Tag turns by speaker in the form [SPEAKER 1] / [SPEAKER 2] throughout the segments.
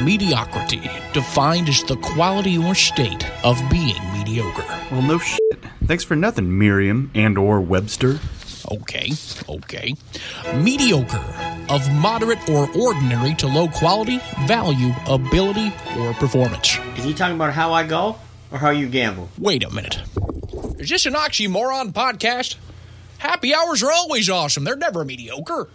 [SPEAKER 1] Mediocrity, defined as the quality or state of being mediocre.
[SPEAKER 2] Well, no shit. Thanks for nothing, Miriam and or Webster.
[SPEAKER 1] Okay, okay. Mediocre, of moderate or ordinary to low quality, value, ability, or performance.
[SPEAKER 3] Is he talking about how I golf or how you gamble?
[SPEAKER 1] Wait a minute. Is this an oxymoron podcast? Happy hours are always awesome. They're never mediocre.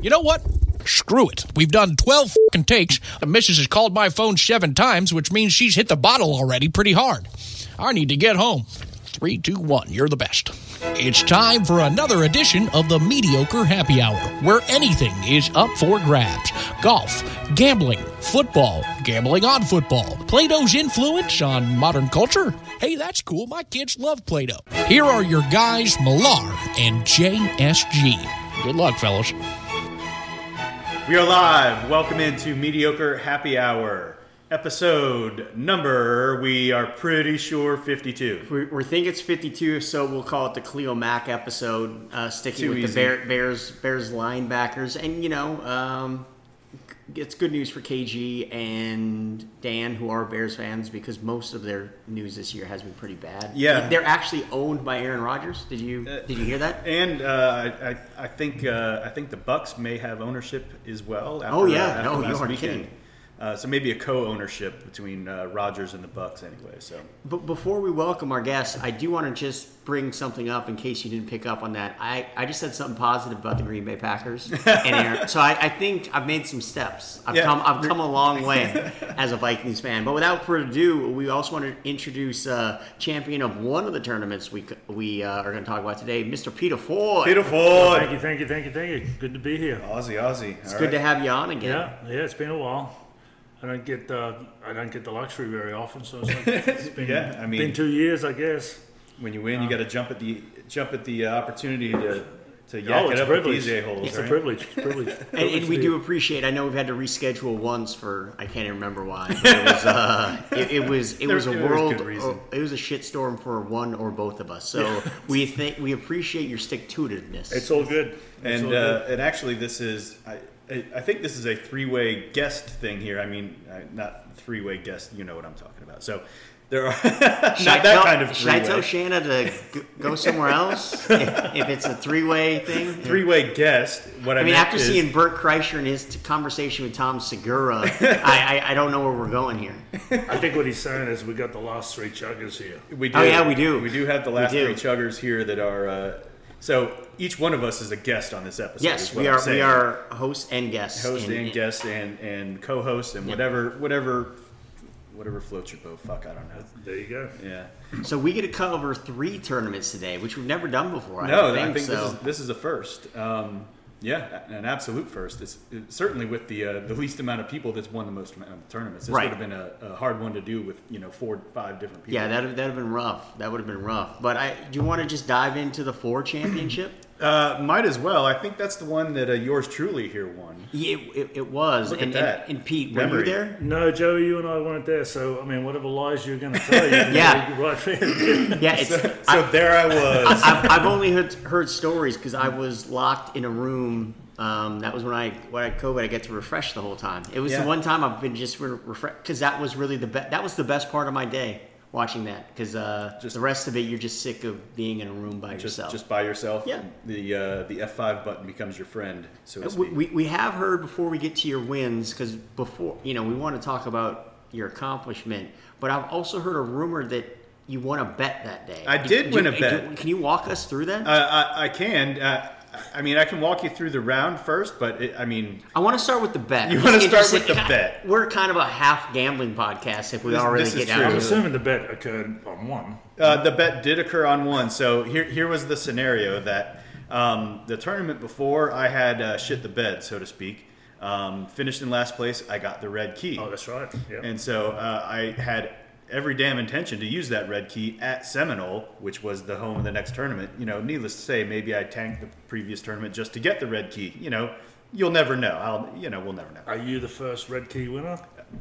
[SPEAKER 1] You know what? Screw it. We've done 12 fing takes. The missus has called my phone seven times, which means she's hit the bottle already pretty hard. I need to get home. Three, two, one. You're the best. It's time for another edition of the Mediocre Happy Hour, where anything is up for grabs golf, gambling, football, gambling on football, Play Doh's influence on modern culture. Hey, that's cool. My kids love Play Doh. Here are your guys, Millar and JSG. Good luck, fellas.
[SPEAKER 2] We are live. Welcome into Mediocre Happy Hour. Episode number, we are pretty sure 52.
[SPEAKER 3] We, we think it's 52, so we'll call it the Cleo Mack episode, uh, sticking
[SPEAKER 2] Too
[SPEAKER 3] with
[SPEAKER 2] easy.
[SPEAKER 3] the Bear, Bears Bears linebackers. And, you know, um, g- it's good news for KG and Dan, who are Bears fans, because most of their news this year has been pretty bad.
[SPEAKER 2] Yeah.
[SPEAKER 3] They're actually owned by Aaron Rodgers. Did you, did you hear that?
[SPEAKER 2] And uh, I, I, I think uh, I think the Bucks may have ownership as well. After,
[SPEAKER 3] Oh, yeah.
[SPEAKER 2] after
[SPEAKER 3] No, you
[SPEAKER 2] last
[SPEAKER 3] are
[SPEAKER 2] weekend.
[SPEAKER 3] kidding.
[SPEAKER 2] Uh, so maybe a co-ownership between uh, Rogers and the Bucks, anyway. So
[SPEAKER 3] But before we welcome our guests, I do want to just bring something up in case you didn't pick up on that. I, I just said something positive about the Green Bay Packers, and Aaron, so I, I think I've made some steps. I've
[SPEAKER 2] Yeah.
[SPEAKER 3] come I've come a long way as a Vikings fan. But without further ado, we also want to introduce uh, champion of one of the tournaments we c- we uh, are going to talk about today, Mr. Peter Ford.
[SPEAKER 2] beautiful,
[SPEAKER 4] Thank you, thank you, thank you, thank you. Good to be here.
[SPEAKER 2] Aussie, Aussie.
[SPEAKER 3] It's good to have you on again.
[SPEAKER 4] Yeah, yeah. It's been a while. I don't get uh, I don't get the luxury very often, so it's, like, it's been
[SPEAKER 2] Yeah, I mean-
[SPEAKER 4] been two years, I guess.
[SPEAKER 2] When you win, you got to jump at the jump at the uh, opportunity to to yak
[SPEAKER 4] oh,
[SPEAKER 2] it
[SPEAKER 4] it's a
[SPEAKER 2] up with
[SPEAKER 4] privilege.
[SPEAKER 2] these a holes.
[SPEAKER 4] It's a privilege. It's a privilege.
[SPEAKER 3] And, and
[SPEAKER 4] privilege
[SPEAKER 3] we
[SPEAKER 4] to
[SPEAKER 3] do
[SPEAKER 4] be-
[SPEAKER 3] appreciate. I know we've had to reschedule once for I can't even remember why. But it was uh, it, it was it was a
[SPEAKER 2] There- there was
[SPEAKER 3] world.
[SPEAKER 2] good reason.
[SPEAKER 3] it was a shitstorm for one or both of us. So we think we appreciate your stick to itiveness.
[SPEAKER 4] It's all good. It's
[SPEAKER 2] and
[SPEAKER 4] all good.
[SPEAKER 2] uh, and actually, this is I I I think this is a three way guest thing here. I mean, uh, not three way guest. You know what I'm talking about. So there are not that kind of
[SPEAKER 3] Should I tell
[SPEAKER 2] three-way.
[SPEAKER 3] Shanna to g- go somewhere else if, if it's a three-way thing?
[SPEAKER 2] three-way guest. What I,
[SPEAKER 3] I mean,
[SPEAKER 2] meant
[SPEAKER 3] after
[SPEAKER 2] is-
[SPEAKER 3] seeing Bert Kreischer and his t- conversation with Tom Segura, I, I, I don't know where we're going here.
[SPEAKER 4] I think what he's saying is we got the last three chuggers here.
[SPEAKER 2] we do,
[SPEAKER 3] Oh, yeah, we do.
[SPEAKER 2] we do have the last
[SPEAKER 3] do.
[SPEAKER 2] three chuggers here that are. Uh, so each one of us is a guest on this episode.
[SPEAKER 3] Yes,
[SPEAKER 2] is what
[SPEAKER 3] we
[SPEAKER 2] I'm
[SPEAKER 3] are.
[SPEAKER 2] saying.
[SPEAKER 3] We are hosts and guests.
[SPEAKER 2] host
[SPEAKER 3] in-
[SPEAKER 2] and, guest and and co-host and whatever whatever whatever floats your boat. Fuck, I don't know.
[SPEAKER 4] There you go.
[SPEAKER 2] Yeah.
[SPEAKER 3] So we get to cover three tournaments today, which we've never done before. I
[SPEAKER 2] No,
[SPEAKER 3] don't think,
[SPEAKER 2] I think
[SPEAKER 3] so.
[SPEAKER 2] this is this is a first. Um, yeah, an absolute first. It's it, certainly with the uh, the least amount of people that's won the most amount of tournaments. This
[SPEAKER 3] Right.
[SPEAKER 2] would have been a, a hard one to do with you know four five different people.
[SPEAKER 3] yeah, that would have been rough. That would have been rough. But I do you want to just dive into the four championship?
[SPEAKER 2] uh, might as well. I think that's the one that uh, yours truly here won.
[SPEAKER 3] yeah, it, it, it was.
[SPEAKER 2] Look at
[SPEAKER 3] and,
[SPEAKER 2] that.
[SPEAKER 3] and and Pete, were
[SPEAKER 2] Memory.
[SPEAKER 3] you there?
[SPEAKER 4] No, Joey, you and I weren't there, so I mean, whatever lies you're going to tell, you can
[SPEAKER 3] Yeah.
[SPEAKER 4] be right there.
[SPEAKER 3] Yeah, it's.
[SPEAKER 2] So
[SPEAKER 3] I,
[SPEAKER 2] there I was.
[SPEAKER 3] I've, I've only heard, heard stories because I was locked in a room. Um, that was when I when I had COVID. I get to refresh the whole time. It was
[SPEAKER 2] Yeah.
[SPEAKER 3] the one time I've been just re- refresh because that was really the best. That was the best part of my day watching that because uh,
[SPEAKER 2] Just-
[SPEAKER 3] the rest of it you're just sick of being in a room by
[SPEAKER 2] just
[SPEAKER 3] yourself.
[SPEAKER 2] just by yourself.
[SPEAKER 3] Yeah.
[SPEAKER 2] The uh, the F five button becomes your friend. So to
[SPEAKER 3] We,
[SPEAKER 2] speak.
[SPEAKER 3] we, we have heard before we get to your wins because before you know we want to talk about your accomplishment, but I've also heard a rumor that you won a bet that day.
[SPEAKER 2] I did win a
[SPEAKER 3] you-
[SPEAKER 2] bet.
[SPEAKER 3] can you walk us through that?
[SPEAKER 2] Uh, I, I can. Uh, I mean, I can walk you through the round first, but it, I mean,
[SPEAKER 3] I want to start with the bet.
[SPEAKER 2] You
[SPEAKER 3] I'm
[SPEAKER 2] wanna
[SPEAKER 3] just
[SPEAKER 2] start with
[SPEAKER 3] interested-
[SPEAKER 2] the bet.
[SPEAKER 3] We're kind of a half gambling podcast if we
[SPEAKER 2] This-
[SPEAKER 3] already
[SPEAKER 2] this is
[SPEAKER 3] get
[SPEAKER 2] true.
[SPEAKER 4] I'm
[SPEAKER 3] out. of it.
[SPEAKER 4] assuming the bet occurred on one.
[SPEAKER 2] Uh, the bet did occur on one. So here, here was the scenario that um, the tournament before I had uh, shit the bed, so to speak. Um, finished in last place. I got the red key,
[SPEAKER 4] Oh, that's right. Yeah.
[SPEAKER 2] and so uh, I had every damn intention to use that red key at Seminole, which was the home of the next tournament. You know, needless to say, maybe I tanked the previous tournament just to get the red key. You know, you'll never know. I'll, you know, we'll never know.
[SPEAKER 4] Are you the first red key winner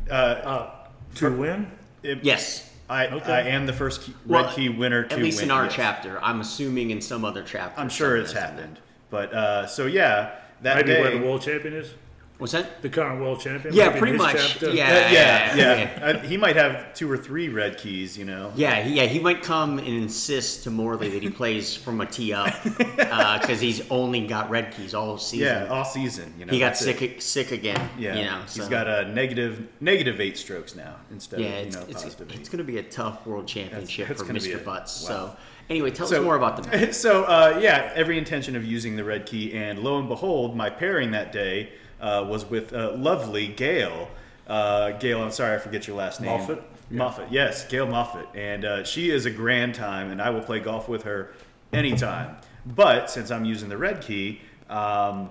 [SPEAKER 2] Uh,
[SPEAKER 4] to win?
[SPEAKER 2] it-
[SPEAKER 3] Yes.
[SPEAKER 2] I,
[SPEAKER 4] Okay.
[SPEAKER 2] I am the first key,
[SPEAKER 3] Well,
[SPEAKER 2] red key winner to
[SPEAKER 3] At least
[SPEAKER 2] win.
[SPEAKER 3] in our
[SPEAKER 2] yes.
[SPEAKER 3] chapter, I'm assuming in some other chapter.
[SPEAKER 2] I'm sure it's
[SPEAKER 3] something has
[SPEAKER 2] happened. But uh, so yeah, that
[SPEAKER 4] Maybe
[SPEAKER 2] day.
[SPEAKER 4] where the world champion is.
[SPEAKER 3] What's that?
[SPEAKER 4] The current world champion.
[SPEAKER 3] Yeah,
[SPEAKER 4] might be
[SPEAKER 3] pretty
[SPEAKER 4] his
[SPEAKER 3] much.
[SPEAKER 4] chapter.
[SPEAKER 3] Yeah.
[SPEAKER 2] Yeah, Uh, yeah.
[SPEAKER 3] yeah.
[SPEAKER 2] Uh, he might have two or three red keys, you know.
[SPEAKER 3] Yeah, he- yeah, he might come and insist to Morley that he plays from a tee up because he's only got red keys all season.
[SPEAKER 2] Yeah, all season. You know,
[SPEAKER 3] he got
[SPEAKER 2] that's it.
[SPEAKER 3] sick sick again.
[SPEAKER 2] Yeah,
[SPEAKER 3] you know,
[SPEAKER 2] he's
[SPEAKER 3] so-
[SPEAKER 2] got a negative negative eight strokes now instead
[SPEAKER 3] yeah,
[SPEAKER 2] of you
[SPEAKER 3] it's,
[SPEAKER 2] know
[SPEAKER 3] it's,
[SPEAKER 2] positive.
[SPEAKER 3] it's
[SPEAKER 2] eight.
[SPEAKER 3] going to be a tough world championship
[SPEAKER 2] that's
[SPEAKER 3] for
[SPEAKER 2] gonna be
[SPEAKER 3] Mr.
[SPEAKER 2] a-
[SPEAKER 3] Butts.
[SPEAKER 2] wow.
[SPEAKER 3] So, anyway, tell
[SPEAKER 2] So-
[SPEAKER 3] us more about the
[SPEAKER 2] so uh, yeah, every intention of using the red key, and lo and behold, my pairing that day uh, was with uh, lovely Gail. Uh, Gail, I'm sorry, I forget your last name.
[SPEAKER 4] Moffitt?
[SPEAKER 2] Moffitt, yes, Gail Moffitt, and uh, she is a grand time, and I will play golf with her anytime. But since I'm using the red key, um,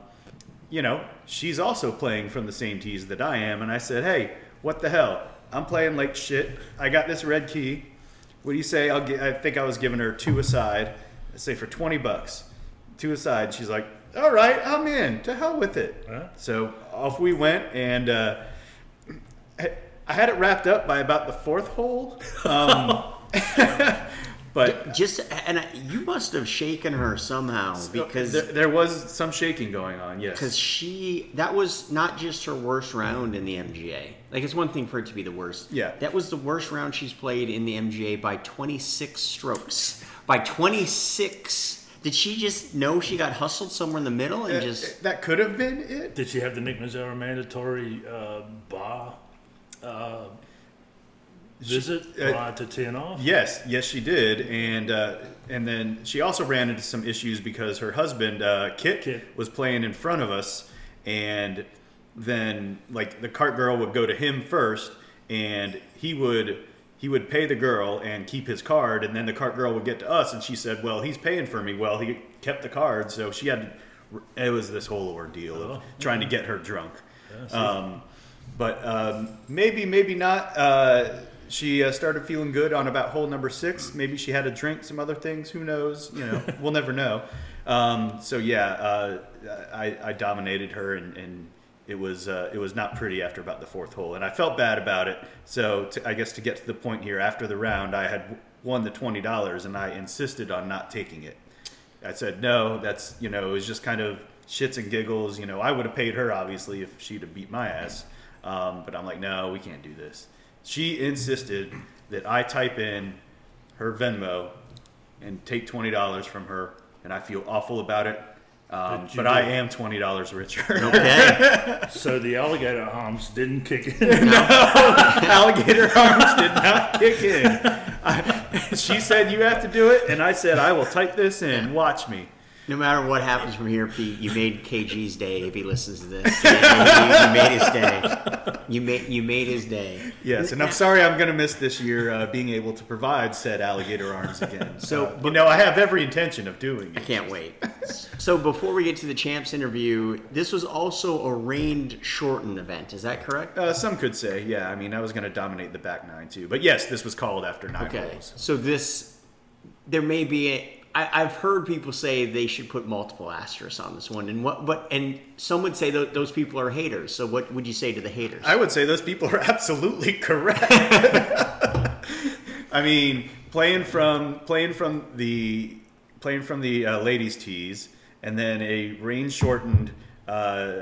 [SPEAKER 2] you know, she's also playing from the same tees that I am. And I said, hey, what the hell? I'm playing like shit. I got this red key. What do you say? I'll get, I think I was giving her two aside. I say for 20 bucks, two aside. She's like, all right, I'm in. To hell with it.
[SPEAKER 4] Huh?
[SPEAKER 2] So off we went. And uh, I I had it wrapped up by about the fourth hole. Um, but
[SPEAKER 3] just and I, you must have shaken her somehow because
[SPEAKER 2] there, there was some shaking going on, yes.
[SPEAKER 3] because she that was not just her worst round in the MGA. Like it's one thing for it to be the worst.
[SPEAKER 2] Yeah.
[SPEAKER 3] that was the worst round she's played in the MGA by 26 strokes. By 26, did she just know she got hustled somewhere in the middle and just
[SPEAKER 2] that could have been it.
[SPEAKER 4] Did she have the Nick Mazzara mandatory uh, bar uh, visit
[SPEAKER 2] uh,
[SPEAKER 4] prior to ten off?
[SPEAKER 2] Yes, yes, she did, and uh, and then she also ran into some issues because her husband uh, Kit,
[SPEAKER 4] Kit.
[SPEAKER 2] was playing in front of us, and then like the cart girl would go to him first, and he would he would pay the girl and keep his card, and then the cart girl would get to us, and she said, "Well, he's paying for me." Well, he kept the card, so she had it was this whole ordeal of
[SPEAKER 4] Oh.
[SPEAKER 2] trying to get her drunk. Um, but um, maybe, maybe not. Uh, she uh, started feeling good on about hole number six. Maybe she had a drink, some other things. Who knows? You know, we'll never know. Um, so yeah, uh, I, I dominated her, and, and it was uh, it was not pretty after about the fourth hole, and I felt bad about it. So to, I guess to get to the point here, after the round, I had won the twenty dollars, and I insisted on not taking it. I said, no, that's, you know, it was just kind of shits and giggles. You know, I would have paid her, obviously, if she'd have beat my ass. Um, but I'm like, no, we can't do this. She insisted that I type in her Venmo and take $20 from her, and I feel awful about it. Um,
[SPEAKER 4] Did you
[SPEAKER 2] but
[SPEAKER 4] do
[SPEAKER 2] I
[SPEAKER 4] it?
[SPEAKER 2] am $20 richer.
[SPEAKER 3] okay?
[SPEAKER 4] So the alligator arms didn't kick in.
[SPEAKER 2] Alligator arms did not kick in. I, she said, you have to do it. And I said, I will type this in. Watch me.
[SPEAKER 3] No matter what happens from here, Pete, you made KG's day if he listens to this. You made his day. You made you made his day.
[SPEAKER 2] Yes, and I'm sorry I'm going to miss this year uh, being able to provide said alligator arms again.
[SPEAKER 3] So,
[SPEAKER 2] So, you know, I have every intention of doing
[SPEAKER 3] I
[SPEAKER 2] it.
[SPEAKER 3] can't wait. So before we get to the champs interview, this was also a rained shortened event. Is that correct?
[SPEAKER 2] Uh, some could say, yeah, I mean, I was going to dominate the back nine too. But yes, this was called after nine
[SPEAKER 3] Okay.
[SPEAKER 2] holes.
[SPEAKER 3] So this, there may be. A, I, I've heard people say they should put multiple asterisks on this one, and what? But and some would say tho- those people are haters. So what would you say to the haters?
[SPEAKER 2] I would say those people are absolutely correct. I mean, playing from playing from the playing from the uh, ladies' tees, and then a rain shortened uh,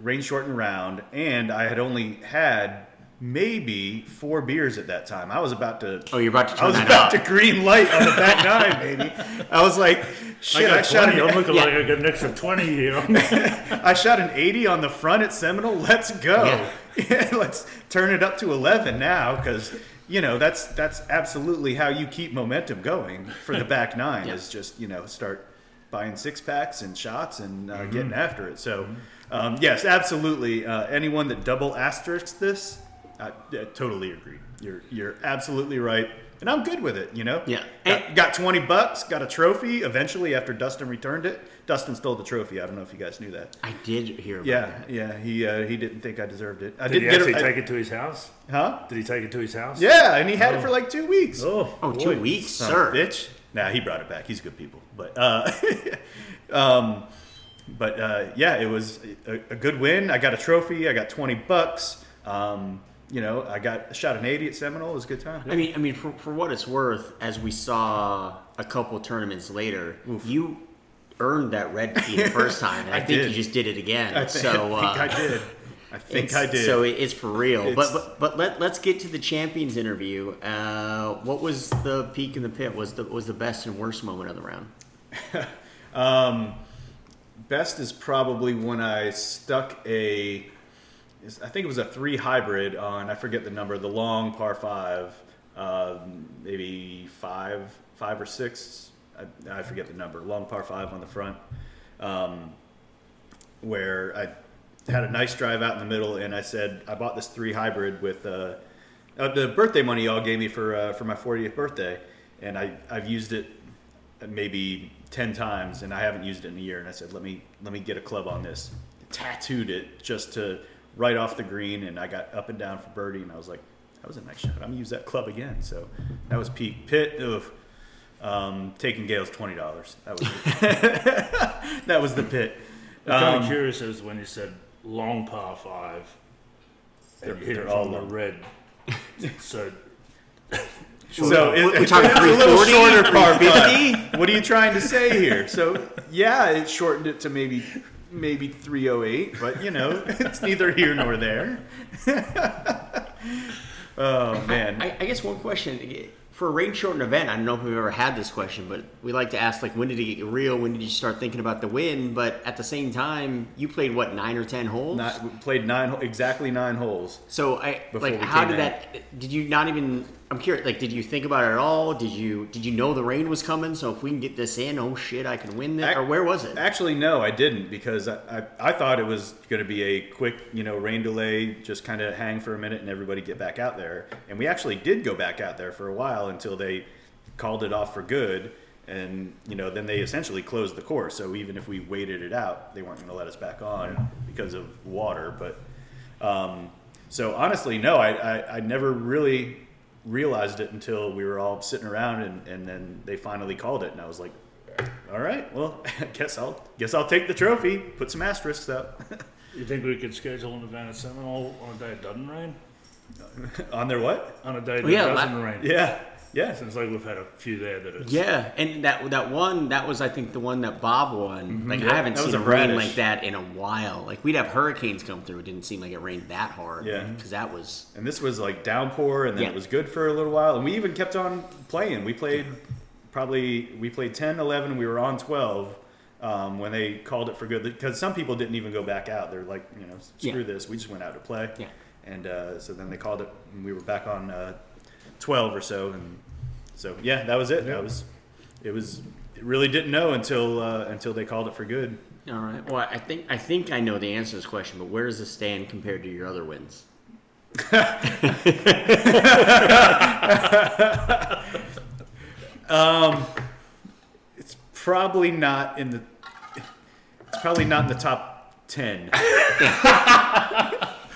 [SPEAKER 2] rain shortened round, and I had only had maybe four beers at that time. I was about to.
[SPEAKER 3] oh, you're about to turn
[SPEAKER 2] I was
[SPEAKER 3] that
[SPEAKER 2] about
[SPEAKER 3] up.
[SPEAKER 2] to green light on the back nine, baby. I was like,
[SPEAKER 4] I
[SPEAKER 2] shit, I,
[SPEAKER 4] got
[SPEAKER 2] shot
[SPEAKER 4] 20. I'm
[SPEAKER 2] an,
[SPEAKER 4] looking
[SPEAKER 3] Yeah.
[SPEAKER 4] like I got an extra 20 here.
[SPEAKER 2] I shot an 80 on the front at Seminole. Let's go.
[SPEAKER 3] Yeah.
[SPEAKER 2] Yeah, let's turn it up to 11 now because, you know, that's that's absolutely how you keep momentum going for the back nine
[SPEAKER 3] Yeah.
[SPEAKER 2] is just, you know, start buying six packs and shots and
[SPEAKER 3] Mm-hmm.
[SPEAKER 2] uh, getting after it. So, um, yes, absolutely. Uh, anyone that double asterisks this, I, I totally agree. You're, you're absolutely right. And I'm good with it, you know?
[SPEAKER 3] Yeah.
[SPEAKER 2] Got-
[SPEAKER 3] And-
[SPEAKER 2] got 20 bucks, got a trophy eventually after Dustin returned it. Dustin stole the trophy. I don't know if you guys knew that.
[SPEAKER 3] I did hear. About
[SPEAKER 2] Yeah,
[SPEAKER 3] that.
[SPEAKER 2] yeah. He uh, he didn't think I deserved it. I
[SPEAKER 4] Did he
[SPEAKER 2] didn't
[SPEAKER 4] actually
[SPEAKER 2] get it.
[SPEAKER 4] take it to his house?
[SPEAKER 2] Huh?
[SPEAKER 4] Did he take it to his house?
[SPEAKER 2] Yeah, and he had it for like two weeks.
[SPEAKER 4] Oh,
[SPEAKER 3] Oh,
[SPEAKER 4] boy.
[SPEAKER 3] two weeks,
[SPEAKER 2] Son of
[SPEAKER 3] sir.
[SPEAKER 2] a bitch. Nah, he brought it back. He's good people. But uh, um, but uh, yeah, it was a, a good win. I got a trophy. I got twenty bucks. Um, you know, I got shot an eighty at Seminole. It was a good time.
[SPEAKER 3] I mean, I mean, for, for what it's worth, as we saw a couple tournaments later, you earned that red key the first time, and I, think
[SPEAKER 2] did.
[SPEAKER 3] you just did it again.
[SPEAKER 2] I think,
[SPEAKER 3] so,
[SPEAKER 2] I, think
[SPEAKER 3] uh,
[SPEAKER 2] I did. I think
[SPEAKER 3] It's-
[SPEAKER 2] I did.
[SPEAKER 3] So it- it's for real.
[SPEAKER 2] It's-
[SPEAKER 3] but, but but let let's get to the champions interview. Uh, what was the peak in the pit? Was the was the best and worst moment of the round?
[SPEAKER 2] Best is probably when I stuck a, is- I think it was a three hybrid on I forget the number, the long par five, um, maybe five, five or six, I, I forget the number, long par five on the front, um, where I had a nice drive out in the middle, and I said I bought this three hybrid with uh, uh, the birthday money y'all gave me for uh, for my 40th birthday, and I I've used it maybe 10 times and I haven't used it in a year and I said let me let me get a club on this tattooed it just to right off the green and I got up and down for birdie and I was like that was a nice shot I'm gonna use that club again so that was peak pit ugh. Um, taking Gail's twenty dollars. That was that was the pit.
[SPEAKER 4] I'm kind
[SPEAKER 2] Um,
[SPEAKER 4] of curious as when you said long par five, and you hit
[SPEAKER 2] they're
[SPEAKER 4] it
[SPEAKER 2] all
[SPEAKER 4] from the
[SPEAKER 2] long.
[SPEAKER 4] red. so
[SPEAKER 2] So it-
[SPEAKER 3] we're talking
[SPEAKER 2] it's a little
[SPEAKER 3] 340,
[SPEAKER 2] shorter par five.
[SPEAKER 3] 350?
[SPEAKER 2] What are you trying to say here? So yeah, it shortened it to maybe maybe 308, but you know it's neither here nor there. oh man,
[SPEAKER 3] I, I guess one question for a rain shortened event. I don't know if we've ever had this question, but we like to ask like, when did it get real? When did you start thinking about the win? But at the same time, you played what nine or ten holes.
[SPEAKER 2] not played nine ho- exactly nine holes.
[SPEAKER 3] so I
[SPEAKER 2] Before
[SPEAKER 3] like,
[SPEAKER 2] we
[SPEAKER 3] how
[SPEAKER 2] came
[SPEAKER 3] did
[SPEAKER 2] in.
[SPEAKER 3] that? Did you not even? I'm curious. Like, did you think about it at all? Did you did you know the rain was coming? So if we can get this in, oh shit, I can win this.
[SPEAKER 2] Ac-
[SPEAKER 3] or where was it?
[SPEAKER 2] Actually, no, I didn't because I, I, I thought it was going to be a quick, you know, rain delay, just kind of hang for a minute and everybody get back out there. And we actually did go back out there for a while until they called it off for good. And, you know, then they essentially closed the course. So even if we waited it out, they weren't going to let us back on because of water. But um, so honestly, no, I, I, I never really realized it until we were all sitting around and, and then they finally called it and I was like, all right, well, I guess I'll guess I'll take the trophy, put some asterisks up
[SPEAKER 4] you think we could schedule an event at Seminole on a day it doesn't rain?
[SPEAKER 2] on their what?
[SPEAKER 4] On a day that
[SPEAKER 3] yeah, la-
[SPEAKER 4] doesn't rain.
[SPEAKER 2] Yeah, yeah.
[SPEAKER 4] Since like we've had a few there that it's
[SPEAKER 3] Yeah, and that that one that was I think the one that Bob won. Like I
[SPEAKER 2] Mm-hmm.
[SPEAKER 3] haven't
[SPEAKER 2] that was
[SPEAKER 3] seen
[SPEAKER 2] a
[SPEAKER 3] a rain
[SPEAKER 2] radish.
[SPEAKER 3] like that in a while. Like we'd have hurricanes come through. It didn't seem like it rained that hard.
[SPEAKER 2] Yeah.
[SPEAKER 3] because that was
[SPEAKER 2] And this was like downpour, and then
[SPEAKER 3] Yeah.
[SPEAKER 2] it was good for a little while, and we even kept on playing. We played probably we played 10, 11, we were on twelve um, when they called it for good because some people didn't even go back out. They're like, you know, screw
[SPEAKER 3] Yeah.
[SPEAKER 2] this, we just went out to play.
[SPEAKER 3] Yeah.
[SPEAKER 2] And uh, so then they called it, and we were back on uh, twelve or so, and so yeah, that was it. That was it was. it Really didn't know until uh, until they called it for good.
[SPEAKER 3] all right. Well, I think I think I know the answer to this question, but where does this stand compared to your other wins?
[SPEAKER 2] It's probably not in the. It's probably not in the top ten.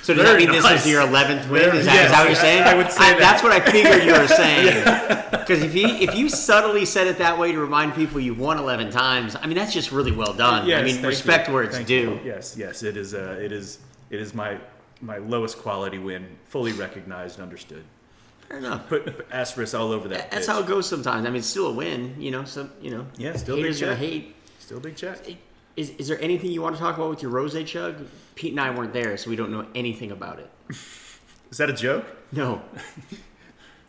[SPEAKER 3] So does that mean this is your eleventh win?
[SPEAKER 2] Very-
[SPEAKER 3] Is that, is that what you're
[SPEAKER 2] yes,
[SPEAKER 3] saying?
[SPEAKER 2] I- I would say that.
[SPEAKER 3] That's what I figured you were saying. Because if you if you subtly said it that way to remind people you've won eleven times, I mean that's just really well done.
[SPEAKER 2] Yes,
[SPEAKER 3] I mean
[SPEAKER 2] thank
[SPEAKER 3] respect
[SPEAKER 2] you.
[SPEAKER 3] where it's
[SPEAKER 2] Thank
[SPEAKER 3] due.
[SPEAKER 2] you. Yes, yes, it is. Uh, it is. It is my my lowest quality win, fully recognized, understood.
[SPEAKER 3] Fair enough.
[SPEAKER 2] Put asterisks all over that.
[SPEAKER 3] That's
[SPEAKER 2] bitch.
[SPEAKER 3] how it goes sometimes. I mean, it's still a win, you know. Some, you know,
[SPEAKER 2] Yeah, still big
[SPEAKER 3] haters gonna
[SPEAKER 2] check.
[SPEAKER 3] hate.
[SPEAKER 2] Still big check.
[SPEAKER 3] Is, is there anything you want to talk about with your rose chug? Pete and I weren't there, so we don't know anything about it.
[SPEAKER 2] Is that a joke?
[SPEAKER 3] No,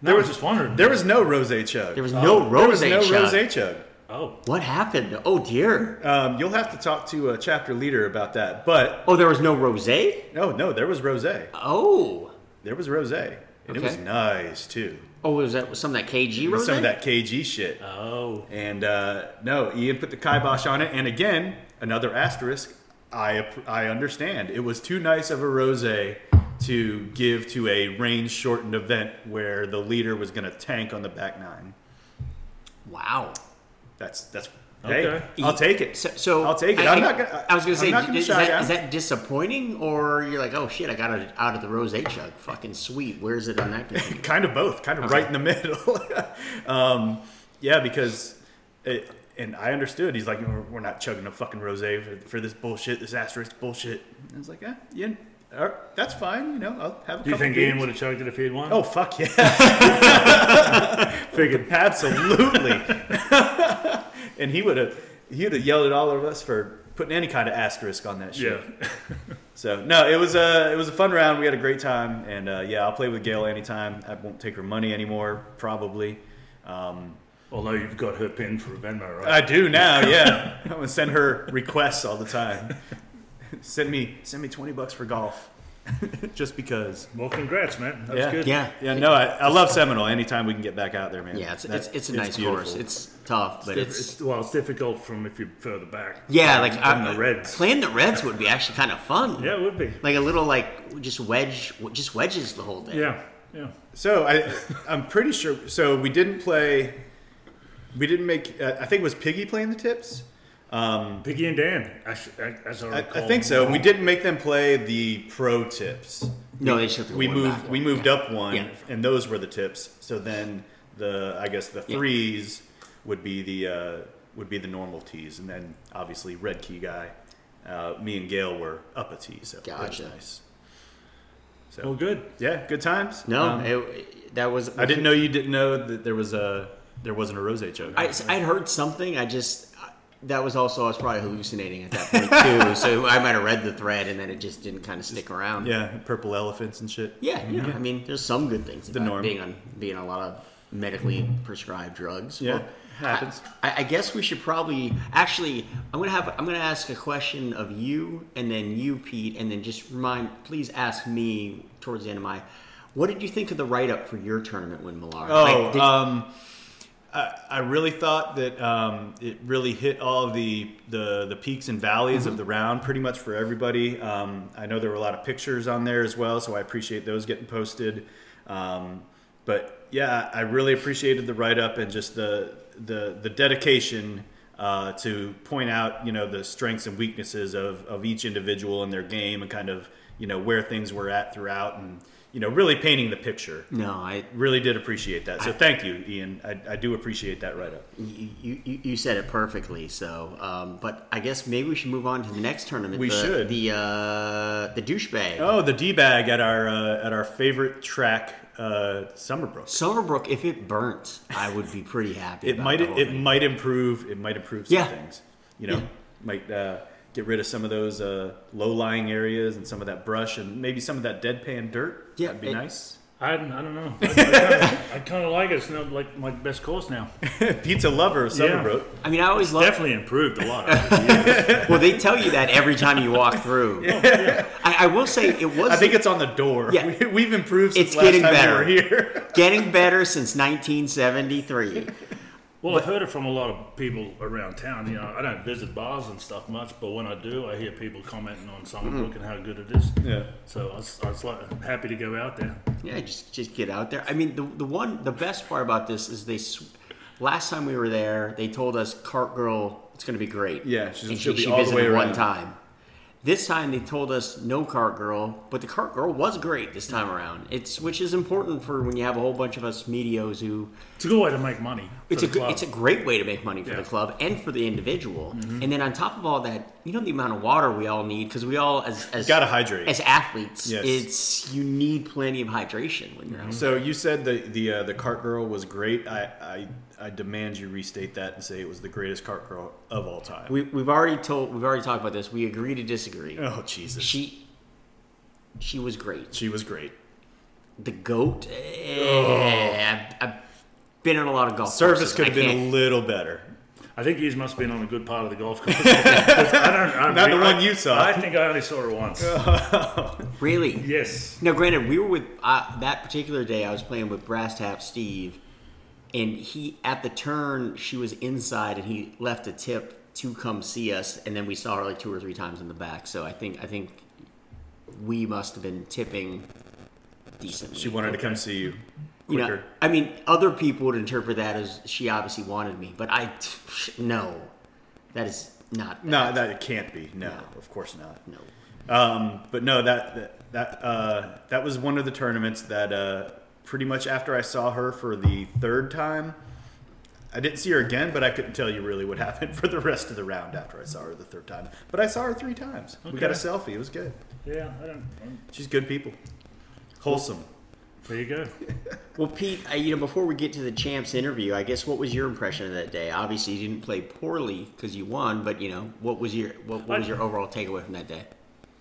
[SPEAKER 4] there was just wondering.
[SPEAKER 2] There was no rose chug. Oh,
[SPEAKER 3] there was no rose
[SPEAKER 2] There was no
[SPEAKER 3] chug.
[SPEAKER 2] rose chug.
[SPEAKER 4] oh,
[SPEAKER 3] What happened? Oh dear.
[SPEAKER 2] Um, you'll have to talk to a chapter leader about that. But
[SPEAKER 3] Oh, there was no rose.
[SPEAKER 2] no, no, there was rose. There
[SPEAKER 3] Oh,
[SPEAKER 2] was rose, and it was
[SPEAKER 3] Okay.
[SPEAKER 2] nice too.
[SPEAKER 3] oh, was that some of that KG
[SPEAKER 2] It was
[SPEAKER 3] rose?
[SPEAKER 2] Some of that KG shit.
[SPEAKER 4] oh,
[SPEAKER 2] And uh, no, Ian put the kibosh on it. And again, another asterisk. I I understand. It was too nice of a rosé to give to a range shortened event where the leader was going to tank on the back nine.
[SPEAKER 3] Wow.
[SPEAKER 2] That's that's.
[SPEAKER 4] Okay.
[SPEAKER 2] Hey, I'll take it.
[SPEAKER 3] So, so
[SPEAKER 2] I'll take it.
[SPEAKER 3] I,
[SPEAKER 2] I'm
[SPEAKER 3] I-
[SPEAKER 2] not gonna-
[SPEAKER 3] I was gonna
[SPEAKER 2] I'm
[SPEAKER 3] say,
[SPEAKER 2] not gonna
[SPEAKER 3] is,
[SPEAKER 2] shy down.
[SPEAKER 3] that, is that disappointing, or you're like, oh shit, I got it out of the rose chug. Fucking sweet. Where is it on that? continuum?
[SPEAKER 2] kind of both, kind of right in the middle. um, yeah, because, it, and I understood. He's like, we're we're not chugging a fucking rosé for, for this bullshit, this asterisk bullshit. And I was like, yeah, Ian, all right, that's fine. You know, I'll have. A
[SPEAKER 4] do you
[SPEAKER 2] couple
[SPEAKER 4] think Ian
[SPEAKER 2] beers."
[SPEAKER 4] would have chugged it if he had won?
[SPEAKER 2] Oh fuck yeah! Figured absolutely. and he would have he would have yelled at all of us for putting any kind of asterisk on that shit.
[SPEAKER 4] yeah.
[SPEAKER 2] So no, it was a it was a fun round. We had a great time, and uh, yeah, I'll play with Gail anytime. I won't take her money anymore, probably. Um,
[SPEAKER 4] Although you've got her pin for Venmo, right?
[SPEAKER 2] I do now, yeah. I'm gonna send her requests all the time. send me send me twenty bucks for golf, just because.
[SPEAKER 4] well, congrats, man. That's
[SPEAKER 2] Yeah.
[SPEAKER 4] good.
[SPEAKER 3] Yeah.
[SPEAKER 2] Yeah, no, I, I love Seminole. Anytime we can get back out there, man.
[SPEAKER 3] Yeah, it's
[SPEAKER 2] That-
[SPEAKER 3] it's, it's a nice course.
[SPEAKER 2] beautiful.
[SPEAKER 3] It's tough, but
[SPEAKER 4] It's,
[SPEAKER 3] it's,
[SPEAKER 4] it's- well, it's difficult from if you're further back.
[SPEAKER 3] yeah, like
[SPEAKER 4] I'm
[SPEAKER 3] I-
[SPEAKER 4] the Reds.
[SPEAKER 3] Playing the Reds would be actually kind of fun.
[SPEAKER 4] Yeah, it would be.
[SPEAKER 3] Like a little like just wedge, just wedges the whole day.
[SPEAKER 4] Yeah, yeah.
[SPEAKER 2] So I, I'm pretty sure. So we didn't play. We didn't make. Uh, I think it was Piggy playing the tips.
[SPEAKER 4] Piggy and Dan, as, as I
[SPEAKER 2] I,
[SPEAKER 4] recall.
[SPEAKER 2] I think so. We didn't make them play the pro tips.
[SPEAKER 3] No, they should.
[SPEAKER 2] We moved. We moved up one,
[SPEAKER 3] Yeah.
[SPEAKER 2] and those were the tips. So then the I guess the
[SPEAKER 3] Yeah.
[SPEAKER 2] threes would be the uh, would be the normal tees, and then obviously red key guy. Uh, me and Gail were up a tee, so that was
[SPEAKER 3] Gotcha.
[SPEAKER 2] nice.
[SPEAKER 4] Well, good.
[SPEAKER 2] Yeah, good times.
[SPEAKER 3] No,
[SPEAKER 2] Um,
[SPEAKER 3] it, that was.
[SPEAKER 2] I didn't know you didn't know that there was a there wasn't a rose joke.
[SPEAKER 3] I I'd heard something. I just I- that was also I was probably hallucinating at that point too. so I might have read the thread and then it just didn't kind of stick around.
[SPEAKER 2] Yeah, purple elephants and shit.
[SPEAKER 3] Yeah, you know, I mean, there's some good things about
[SPEAKER 2] norm.
[SPEAKER 3] being on being on a lot of medically prescribed drugs.
[SPEAKER 2] Yeah,
[SPEAKER 3] Well,
[SPEAKER 2] happens.
[SPEAKER 3] I, I guess we should probably actually. I'm gonna have. I'm gonna ask a question of you, and then you, Pete, and then just remind. Please ask me towards the end of my. What did you think of the write up for your tournament win, Millar?
[SPEAKER 2] Oh,
[SPEAKER 3] Like, did-
[SPEAKER 2] um, I, I really thought that um, it really hit all of the the, the peaks and valleys
[SPEAKER 3] Mm-hmm.
[SPEAKER 2] of the round pretty much for everybody. Um, I know there were a lot of pictures on there as well, so I appreciate those getting posted. Um, but yeah, I really appreciated the write up and just the the the dedication. Uh, to point out, you know, the strengths and weaknesses of, of each individual in their game, and kind of, you know, where things were at throughout, and you know, really painting the picture
[SPEAKER 3] no, I.
[SPEAKER 2] really did appreciate that. So thank you, Ian. I, I do appreciate that write up.
[SPEAKER 3] You, you, you- you said it perfectly. So, um, but I guess maybe we should move on to the next tournament.
[SPEAKER 2] We
[SPEAKER 3] the,
[SPEAKER 2] should.
[SPEAKER 3] The uh, the douchebag.
[SPEAKER 2] Oh, the D bag at our uh, at our favorite track, uh, Summerbrook.
[SPEAKER 3] Summerbrook, if it burnt, I would be pretty happy.
[SPEAKER 2] It
[SPEAKER 3] about
[SPEAKER 2] might
[SPEAKER 3] the whole
[SPEAKER 2] it
[SPEAKER 3] thing.
[SPEAKER 2] might improve. It might improve some
[SPEAKER 3] Yeah.
[SPEAKER 2] things. You know, might uh, get rid of some of those uh, low lying areas and some of that brush and maybe some of that deadpan dirt.
[SPEAKER 3] Yeah,
[SPEAKER 2] that'd be
[SPEAKER 3] it-
[SPEAKER 2] nice.
[SPEAKER 4] I, I don't know. I, I, kinda, I kinda like it. It's not like my best course now.
[SPEAKER 2] Pizza lover of
[SPEAKER 4] Yeah.
[SPEAKER 2] Summerbrook.
[SPEAKER 3] I mean, I always love.
[SPEAKER 4] Definitely improved a lot.
[SPEAKER 3] Well, they tell you that every time you walk through. I, I will say it was
[SPEAKER 2] I think it's on the door.
[SPEAKER 3] Yeah.
[SPEAKER 2] We, we've improved. Since
[SPEAKER 3] It's
[SPEAKER 2] last
[SPEAKER 3] getting
[SPEAKER 2] time
[SPEAKER 3] better.
[SPEAKER 2] We were here.
[SPEAKER 3] getting better since 1973.
[SPEAKER 4] Well, I've heard it from a lot of people around town. You know, I don't visit bars and stuff much, but when I do, I hear people commenting on Summerbrook and how good it is.
[SPEAKER 2] Mm-hmm. yeah.
[SPEAKER 4] So I was, I was like, happy to go out there.
[SPEAKER 3] Yeah, just just get out there. I mean, the the one the best part about this is they. Sw- last time we were there, they told us Cart Girl, it's going to be great.
[SPEAKER 2] Yeah, she's-
[SPEAKER 3] And
[SPEAKER 2] she'll be
[SPEAKER 3] she
[SPEAKER 2] all the
[SPEAKER 3] visited
[SPEAKER 2] way
[SPEAKER 3] one
[SPEAKER 2] around.
[SPEAKER 3] time. This time they told us no Cart Girl, but the Cart Girl was great this time around. It's which is important for when you have a whole bunch of us medios who
[SPEAKER 4] It's a good way to make money. for
[SPEAKER 3] It's a
[SPEAKER 4] the
[SPEAKER 3] gr-
[SPEAKER 4] club.
[SPEAKER 3] it's a great way to make money for the
[SPEAKER 4] Yeah.
[SPEAKER 3] club and for the individual.
[SPEAKER 2] Mm-hmm.
[SPEAKER 3] And then on top of all that, you know the amount of water we all need because we all as as
[SPEAKER 2] Gotta hydrate.
[SPEAKER 3] as athletes.
[SPEAKER 2] Yes.
[SPEAKER 3] It's you need plenty of hydration when you're out.
[SPEAKER 2] So you said the the uh, the cart girl was great. I, I I demand you restate that and say it was the greatest cart girl of all time.
[SPEAKER 3] We, we've already told we've already talked about this. We agree to disagree.
[SPEAKER 2] oh Jesus, she,
[SPEAKER 3] She she was great.
[SPEAKER 2] was great.
[SPEAKER 3] The goat. eh, I've, I've been on a lot of golf.
[SPEAKER 2] Service
[SPEAKER 3] courses.
[SPEAKER 2] could
[SPEAKER 3] I
[SPEAKER 2] have been a
[SPEAKER 3] can't-
[SPEAKER 2] little better.
[SPEAKER 4] I think you must have been on a good part of the golf course. 'Cause I don't, I don't
[SPEAKER 2] Not the
[SPEAKER 4] re- I-
[SPEAKER 2] one you saw.
[SPEAKER 4] I think I only saw her once.
[SPEAKER 3] really.
[SPEAKER 4] yes.
[SPEAKER 3] Now, granted, we were with uh, that particular day. I was playing with Brass Tap Steve, and he at the turn she was inside, and he left a tip to come see us, and then we saw her like two or three times in the back. So I think I think we must have been tipping decently.
[SPEAKER 2] She wanted to come see you
[SPEAKER 3] You know,
[SPEAKER 2] quicker.
[SPEAKER 3] I mean, other people would interpret that as she obviously wanted me, but I no, that is not
[SPEAKER 2] no, that it can't be. No, of course not.
[SPEAKER 3] no.
[SPEAKER 2] Um, but no, that that that, uh, that was one of the tournaments that uh, pretty much after I saw her for the third time, I didn't see her again. But I couldn't tell you really what happened for the rest of the round after I saw her the third time. But I saw her three times. We got a
[SPEAKER 4] Okay.
[SPEAKER 2] selfie. It was good.
[SPEAKER 4] Yeah, I don't. um,
[SPEAKER 2] She's good people, wholesome.
[SPEAKER 4] There you go.
[SPEAKER 3] Well, Pete, I, you know, before we get to the champs interview, I guess what was your impression of that day? Obviously, you didn't play poorly because you won, but you know, what was your what, what was your overall takeaway from that day?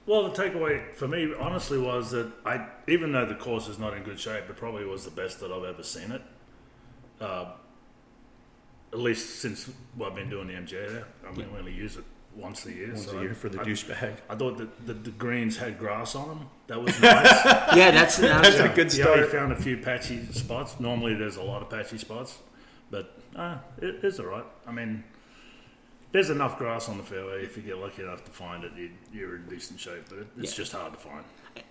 [SPEAKER 4] Well, the takeaway for me, honestly, was that I, even though the course is not in good shape, it probably was the best that I've ever seen it. Uh, at least since well, I've been doing the MJ there. I mean, we only use it once a year.
[SPEAKER 2] Once
[SPEAKER 4] so
[SPEAKER 2] a
[SPEAKER 4] I-
[SPEAKER 2] year for the
[SPEAKER 4] I,
[SPEAKER 2] douchebag.
[SPEAKER 4] I thought that the, the greens had grass on them. That was nice.
[SPEAKER 3] Yeah, that's, that's
[SPEAKER 2] a good
[SPEAKER 4] Yeah, we
[SPEAKER 2] start.
[SPEAKER 4] found a few patchy spots. Normally, there's a lot of patchy spots, but uh, it, it's all right. I mean, there's enough grass on the fairway. If you get lucky enough to find it, you, you're in decent shape. But it, it's just hard to find.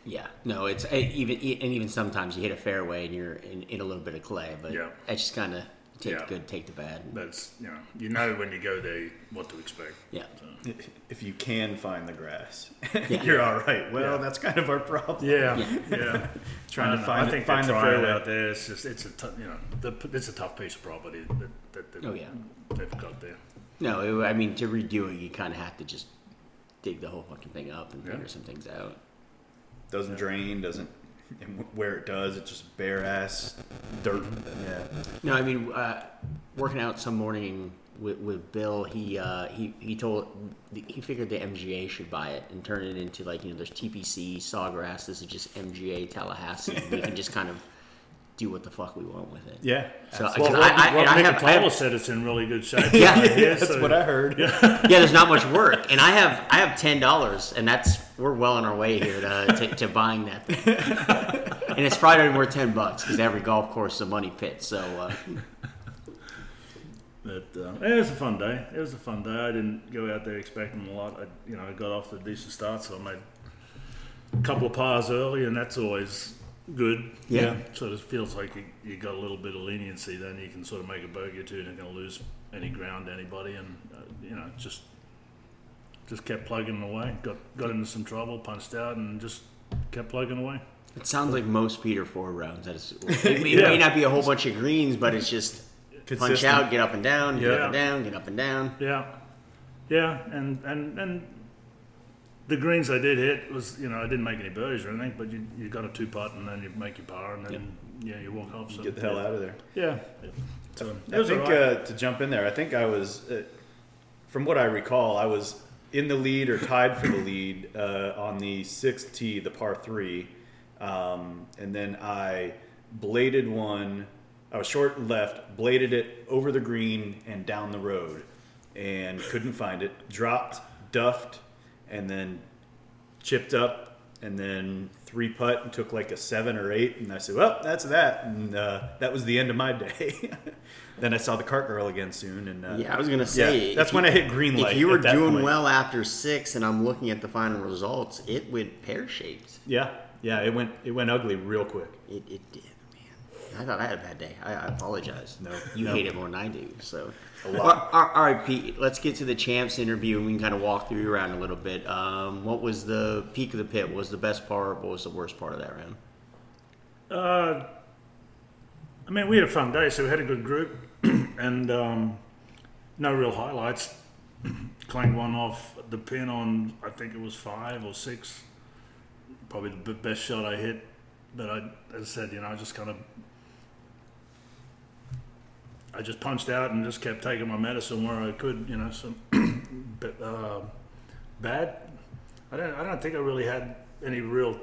[SPEAKER 3] Yeah, no, it's eh, even e- and even sometimes you hit a fairway and you're in, in a little bit of clay, but
[SPEAKER 4] Yeah.
[SPEAKER 3] that's just kind of take the
[SPEAKER 4] Yeah.
[SPEAKER 3] good, take the bad.
[SPEAKER 4] But it's, you know, you know when you go there what to expect.
[SPEAKER 3] Yeah,
[SPEAKER 2] If you can find the grass,
[SPEAKER 3] Yeah.
[SPEAKER 2] you're all right. Well,
[SPEAKER 4] Yeah.
[SPEAKER 2] that's kind of our problem.
[SPEAKER 4] Yeah,
[SPEAKER 3] Yeah.
[SPEAKER 4] yeah.
[SPEAKER 2] Trying to
[SPEAKER 4] I
[SPEAKER 2] find
[SPEAKER 4] I
[SPEAKER 2] the-
[SPEAKER 4] think
[SPEAKER 2] find
[SPEAKER 4] they're
[SPEAKER 2] the
[SPEAKER 4] trying
[SPEAKER 2] fairway.
[SPEAKER 4] out there. It's just it's a t- you know the, it's a tough piece of property that, that, that
[SPEAKER 3] Oh, yeah.
[SPEAKER 4] they've got there.
[SPEAKER 3] no, it, I mean to redo it, you kind of have to just dig the whole fucking thing up and
[SPEAKER 4] Yeah.
[SPEAKER 3] figure some things out.
[SPEAKER 2] Doesn't drain. Doesn't. And wh- where it does, it's just bare ass dirt. Yeah.
[SPEAKER 3] No, I mean, uh, working out some morning with, with Bill, he uh, he he told he figured the MGA should buy it and turn it into like you know there's TPC Sawgrass. This is just MGA Tallahassee. we can just kind of do what the fuck we want with it.
[SPEAKER 2] Yeah.
[SPEAKER 3] So I-
[SPEAKER 4] Well,
[SPEAKER 3] I-
[SPEAKER 4] Rob,
[SPEAKER 3] I-
[SPEAKER 4] Rob
[SPEAKER 3] I have- I have-
[SPEAKER 4] Nicotola said it's in really good shape.
[SPEAKER 3] Yeah.
[SPEAKER 4] right here,
[SPEAKER 2] that's
[SPEAKER 4] so-
[SPEAKER 2] what I heard.
[SPEAKER 3] yeah, there's not much work, and I have I have ten dollars, and that's we're well on our way here to to, to buying that. Thing. and it's probably only worth ten bucks because every golf course is a money pit. So uh,
[SPEAKER 4] But uh, yeah, it was a fun day. It was a fun day. I didn't go out there expecting a lot. I, you know, I got off to a decent start, so I made a couple of pars early, and that's always good.
[SPEAKER 3] Yeah.
[SPEAKER 4] Sort of feels like you, you got a little bit of leniency. Then you can sort of make a bogey or two, and you're going to lose any ground to anybody, and uh, you know, just just kept plugging away. Got got into some trouble, punched out, and just kept plugging away.
[SPEAKER 3] it sounds like most Peter four rounds. That is, it, may- it may
[SPEAKER 4] Yeah.
[SPEAKER 3] not be a whole bunch of greens, but it's just punch
[SPEAKER 2] Consistent.
[SPEAKER 3] out, get up and down, get up
[SPEAKER 4] Yeah.
[SPEAKER 3] and down, get up and down.
[SPEAKER 4] Yeah, yeah, and and and the greens I did hit was you know I didn't make any birdies or anything, but you you got a two putt and then you make your par and then yeah you walk off. So
[SPEAKER 2] Get the hell out of there.
[SPEAKER 4] Yeah. So, it
[SPEAKER 2] I
[SPEAKER 4] was
[SPEAKER 2] think
[SPEAKER 4] all right.
[SPEAKER 2] uh, to jump in there, I think I was, uh, from what I recall, I was in the lead or tied for the lead uh, on the sixth tee, the par three, um, and then I bladed one. I was short left, bladed it over the green and down the road, and couldn't find it. Dropped, duffed, and then chipped up and then three putt and took like a seven or eight and i said well that's that and uh, that was the end of my day then i saw the cart girl again soon and uh,
[SPEAKER 3] Yeah, I was gonna say
[SPEAKER 2] yeah, that's
[SPEAKER 3] if
[SPEAKER 2] when
[SPEAKER 3] you-
[SPEAKER 2] i hit green light
[SPEAKER 3] If you were
[SPEAKER 2] at that
[SPEAKER 3] doing
[SPEAKER 2] point.
[SPEAKER 3] well after six, and I'm looking at the final results, it went pear shaped.
[SPEAKER 2] yeah yeah it went it went ugly real quick
[SPEAKER 3] It, it did, man. I thought I had a bad day. I, I apologize.
[SPEAKER 2] No,
[SPEAKER 3] you
[SPEAKER 2] no.
[SPEAKER 3] hate it more than I do. So,
[SPEAKER 2] A lot.
[SPEAKER 3] Well, all- all right, Pete. Let's get to the champs interview, and we can kind of walk through your round a little bit. Um, what was the peak of the pit? What was the best part? What was the worst part of that round?
[SPEAKER 4] Uh, I mean, we had a fun day, so we had a good group, and um, no real highlights. Clanged one off the pin on, I think it was five or six. Probably the b- best shot I hit, but I, as I said, you know, I just kind of, I just punched out and just kept taking my medicine where I could, you know. Some, but uh, bad. I don't. I don't think I really had any real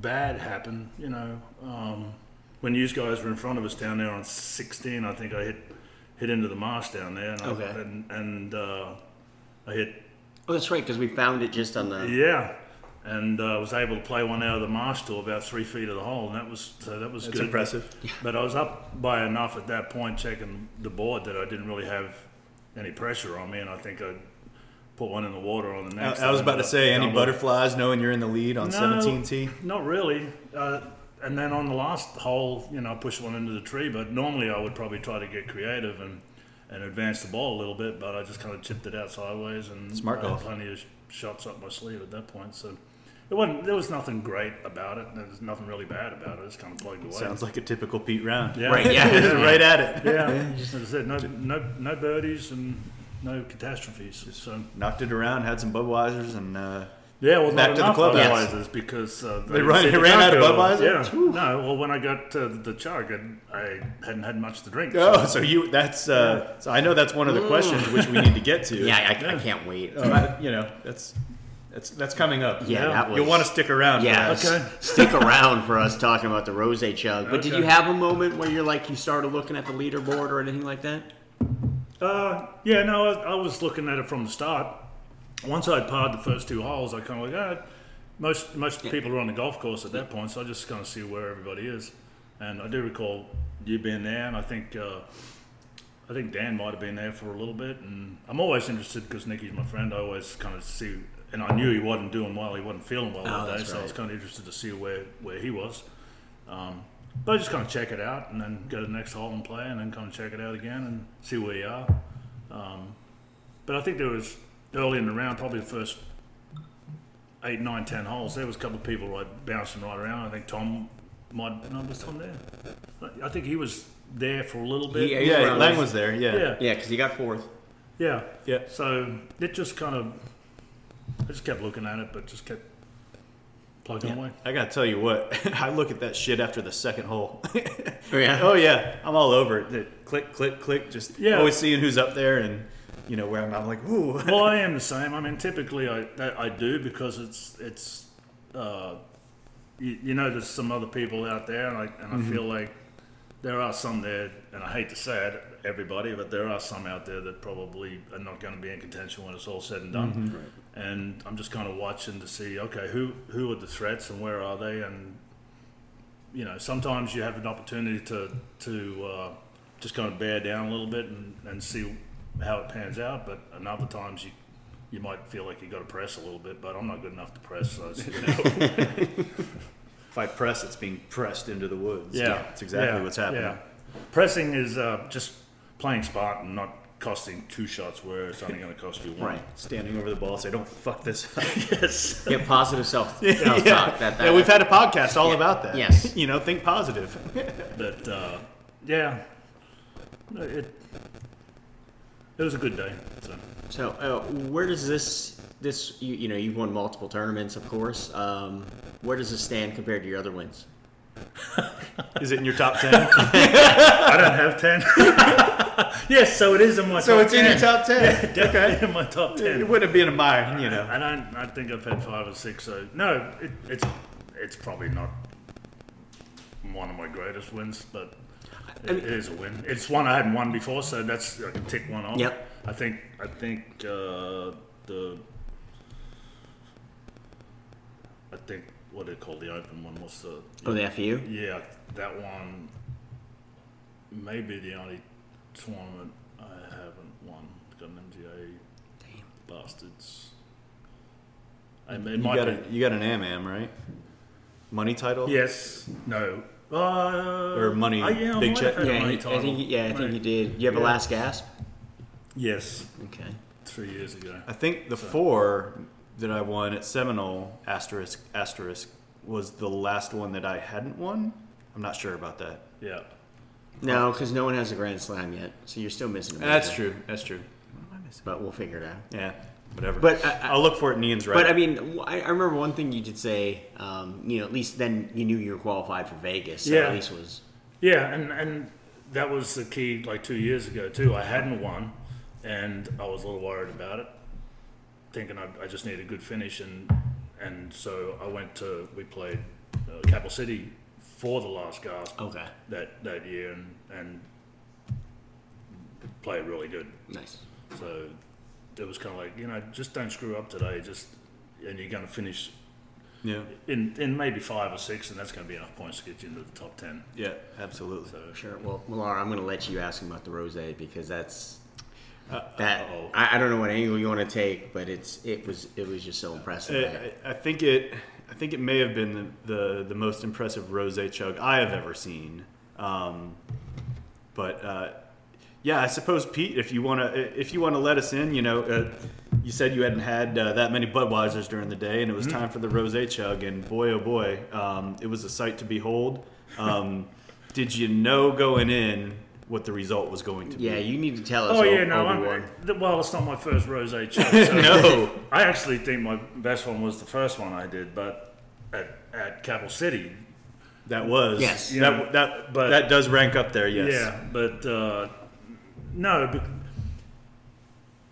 [SPEAKER 4] bad happen, you know. Um, when you guys were in front of us down there on 16, I think I hit hit into the marsh down there, and
[SPEAKER 3] Okay.
[SPEAKER 4] I, and, and uh, I hit
[SPEAKER 3] Oh, that's right, because we found it just on the.
[SPEAKER 4] yeah, and uh, was able to play one out of the marsh to about three feet of the hole, and that was so that was
[SPEAKER 2] That's
[SPEAKER 4] good.
[SPEAKER 2] impressive.
[SPEAKER 4] But I was up by enough at that point, checking the board, that I didn't really have any pressure on me, and I think I put one in the water on the
[SPEAKER 2] I,
[SPEAKER 4] next.
[SPEAKER 2] I was about to say any
[SPEAKER 4] butterfly.
[SPEAKER 2] butterflies knowing you're in the lead on 17 tee
[SPEAKER 4] Not really. Uh, and then on the last hole, you know, I pushed one into the tree. But normally I would probably try to get creative and, and advance the ball a little bit. But I just kind of chipped it out sideways and
[SPEAKER 2] Smart
[SPEAKER 4] I had
[SPEAKER 2] golf.
[SPEAKER 4] plenty of sh- shots up my sleeve at that point. So it wasn't. There was nothing great about it. There was nothing really bad about it. It's kind of plugged away.
[SPEAKER 2] sounds like a typical pete round
[SPEAKER 4] yeah.
[SPEAKER 3] Right, yeah.
[SPEAKER 2] right at it
[SPEAKER 4] yeah. As I said, no, no, no birdies and no catastrophes. So
[SPEAKER 2] knocked it around had some budweisers and uh,
[SPEAKER 4] Yeah, well,
[SPEAKER 2] Back
[SPEAKER 4] not
[SPEAKER 2] to the
[SPEAKER 4] enough
[SPEAKER 2] clubhouse.
[SPEAKER 4] Budweisers because uh,
[SPEAKER 2] They
[SPEAKER 4] didn't
[SPEAKER 2] run-
[SPEAKER 4] see
[SPEAKER 2] they
[SPEAKER 4] the
[SPEAKER 2] ran out of
[SPEAKER 4] junkyard.
[SPEAKER 2] Budweiser?
[SPEAKER 4] Yeah,
[SPEAKER 2] Whew.
[SPEAKER 4] no. Well, when I got to the chug, I, I hadn't had much to drink. so-
[SPEAKER 2] oh so you that's uh, so i know that's one of the questions which we need to get to
[SPEAKER 3] Oh, Yeah, I, I can't wait.
[SPEAKER 2] So I- you know, that's That's that's coming up.
[SPEAKER 3] Yeah,
[SPEAKER 4] Yeah.
[SPEAKER 3] that was.
[SPEAKER 2] You'll want to stick around.
[SPEAKER 3] Yeah,
[SPEAKER 2] for that.
[SPEAKER 4] Okay.
[SPEAKER 3] s- stick around for us talking about the rose chug. But did
[SPEAKER 4] Okay.
[SPEAKER 3] you have a moment where you're like you started looking at the leaderboard or anything like that?
[SPEAKER 4] Uh, yeah, no, I, I was looking at it from the start. Once I'd parred the first two holes, I kind of like, ah, most most people are on the golf course at that point, so I just kind of see where everybody is. And I do recall you being there, and I think uh, I think Dan might have been there for a little bit. And I'm always interested because Nicky's my friend. I always kind of see, and I knew he wasn't doing well. He wasn't feeling well that day,
[SPEAKER 3] Oh, that's
[SPEAKER 4] so I was
[SPEAKER 3] right.
[SPEAKER 4] kind of interested to see where where he was. Um, but I just kind of check it out and then go to the next hole and play and then kind of check it out again and see where you are. Um, but I think there was early in the round, probably the first eight, nine, ten holes, there was a couple of people like bouncing right around. I think Tom might no, was Tom there? I- I think he was there for a little bit.
[SPEAKER 3] Yeah,
[SPEAKER 2] Yeah,
[SPEAKER 3] Around
[SPEAKER 2] Lang
[SPEAKER 3] us.
[SPEAKER 2] was there. Yeah.
[SPEAKER 4] yeah,
[SPEAKER 3] Yeah, because you got fourth.
[SPEAKER 4] yeah,
[SPEAKER 2] Yeah.
[SPEAKER 4] So it just kind of, I just kept looking at it, but just kept plugging away.
[SPEAKER 2] I gotta tell you what, I look at that shit after the second hole.
[SPEAKER 3] Yeah.
[SPEAKER 2] Oh yeah, I'm all over it. The click, click, click. Just
[SPEAKER 4] Yeah.
[SPEAKER 2] always seeing who's up there and you know where I'm. I'm like, ooh.
[SPEAKER 4] well, I am the same. I mean, typically I that I do because it's it's uh, you, you know there's some other people out there, and I and I feel like there are some there, and I hate to say it, everybody, but there are some out there that probably are not going to be in contention when it's all said and done. And I'm just kind of watching to see, okay, who who are the threats and where are they, and you know, sometimes you have an opportunity to to uh, just kind of bear down a little bit and, and see how it pans out. But and other times you you might feel like you got to press a little bit, but I'm not good enough to press. So it's, you know,
[SPEAKER 2] If I press, it's being pressed into the woods.
[SPEAKER 4] yeah,
[SPEAKER 2] it's exactly
[SPEAKER 4] yeah,
[SPEAKER 2] what's happening.
[SPEAKER 4] yeah. Pressing is uh, just playing smart and not costing two shots where it's only going to cost you one.
[SPEAKER 3] Right.
[SPEAKER 2] Standing over the ball, say, "Don't fuck this." up.
[SPEAKER 4] yes.
[SPEAKER 3] Get positive self.
[SPEAKER 2] Oh,
[SPEAKER 3] self-talk.
[SPEAKER 2] yeah.
[SPEAKER 3] That, that,
[SPEAKER 2] yeah, we've had a podcast all
[SPEAKER 3] Yeah.
[SPEAKER 2] about that.
[SPEAKER 3] Yes.
[SPEAKER 2] you know, think positive.
[SPEAKER 4] But uh, yeah, No, it it was a good day. So.
[SPEAKER 3] So, uh, where does this this you, you know you've won multiple tournaments, of course. Um, where does this stand compared to your other wins?
[SPEAKER 2] Is it in your top ten?
[SPEAKER 4] I don't have ten. yes, so it is in my.
[SPEAKER 2] so
[SPEAKER 4] top
[SPEAKER 2] it's in
[SPEAKER 4] 10.
[SPEAKER 2] your top ten.
[SPEAKER 4] Definitely in my top
[SPEAKER 2] It
[SPEAKER 4] ten.
[SPEAKER 2] wouldn't be in mine, you know.
[SPEAKER 4] I don't. I think I've had five or six. So no, it, it's it's probably not one of my greatest wins, but it,
[SPEAKER 3] I mean-
[SPEAKER 4] it is a win. It's one I hadn't won before, so that's I can tick one off.
[SPEAKER 3] Yep.
[SPEAKER 4] I think I think uh, the I think what they call the open one. What's the
[SPEAKER 3] Oh, the FU.
[SPEAKER 4] yeah, that one may be the only tournament I haven't won. Got an MGA bastards. I mean, it
[SPEAKER 2] You
[SPEAKER 4] might
[SPEAKER 2] got,
[SPEAKER 4] be.
[SPEAKER 2] a, you got an AMAM, right? Money title?
[SPEAKER 4] Yes. No. Uh,
[SPEAKER 2] Or money-
[SPEAKER 4] I- yeah, I
[SPEAKER 2] big
[SPEAKER 4] might
[SPEAKER 2] check?
[SPEAKER 4] have had a
[SPEAKER 3] Yeah,
[SPEAKER 4] money
[SPEAKER 3] he, I
[SPEAKER 4] title.
[SPEAKER 3] think he- yeah, I think
[SPEAKER 4] Right.
[SPEAKER 3] you did. You have a
[SPEAKER 4] Yeah.
[SPEAKER 3] last gasp.
[SPEAKER 4] Yes,
[SPEAKER 3] Okay.
[SPEAKER 4] three years ago.
[SPEAKER 2] I think the four that I won at Seminole asterisk asterisk was the last one that I hadn't won. I'm not sure about that.
[SPEAKER 4] Yeah.
[SPEAKER 3] No, because no one has a grand slam yet, so you're still missing. A major.
[SPEAKER 2] true. That's true. What am I missing?
[SPEAKER 3] But we'll figure it out.
[SPEAKER 2] Yeah, whatever.
[SPEAKER 3] But I- I-
[SPEAKER 2] I'll look for it in Ian's right.
[SPEAKER 3] But I mean, w- I, I remember one thing you did say. Um, you know, at least then you knew you were qualified for Vegas. So
[SPEAKER 4] Yeah.
[SPEAKER 3] At least was.
[SPEAKER 4] Yeah, and and that was the key. Like two years ago too, I hadn't won, and I was a little worried about it, thinking I, I just need a good finish, and and so I went to we played uh, Capital City for the last gasp
[SPEAKER 3] Okay.
[SPEAKER 4] that that year, and and played really good.
[SPEAKER 3] Nice.
[SPEAKER 4] So it was kind of like you know just don't screw up today, just and you're going to finish
[SPEAKER 2] yeah,
[SPEAKER 4] in in maybe five or six, and that's going to be enough points to get you into the top ten.
[SPEAKER 2] yeah, absolutely.
[SPEAKER 3] Sure. Well, well, Laura, I'm going to let you ask him about the rose because that's that.
[SPEAKER 4] Uh, uh-oh.
[SPEAKER 3] I, I don't know what angle you want to take, but it's it was it was just so impressive.
[SPEAKER 4] Uh,
[SPEAKER 3] that-
[SPEAKER 2] I, I think it. I think it may have been the, the, the most impressive rose chug I have ever seen. Um, but uh, yeah, I suppose Pete, if you wanna if you wanna let us in, you know, uh, you said you hadn't had uh, that many Budweisers during the day, and it was
[SPEAKER 3] Mm-hmm.
[SPEAKER 2] time for the rose chug, and boy oh boy, um, it was a sight to behold. Um, did you know going in what the result was going to
[SPEAKER 3] yeah,
[SPEAKER 2] be?
[SPEAKER 3] you need to tell us.
[SPEAKER 4] Oh
[SPEAKER 3] o-
[SPEAKER 4] yeah, no,
[SPEAKER 3] Obi-Wan.
[SPEAKER 4] I'm, th- well, it's not my first rose chug. So
[SPEAKER 2] No.
[SPEAKER 4] I actually think my best one was the first one I did, but at, at Capital City.
[SPEAKER 2] That was
[SPEAKER 3] Yes.
[SPEAKER 2] That that that,
[SPEAKER 4] But-
[SPEAKER 2] does rank up there. Yes.
[SPEAKER 4] Yeah, but uh, no, but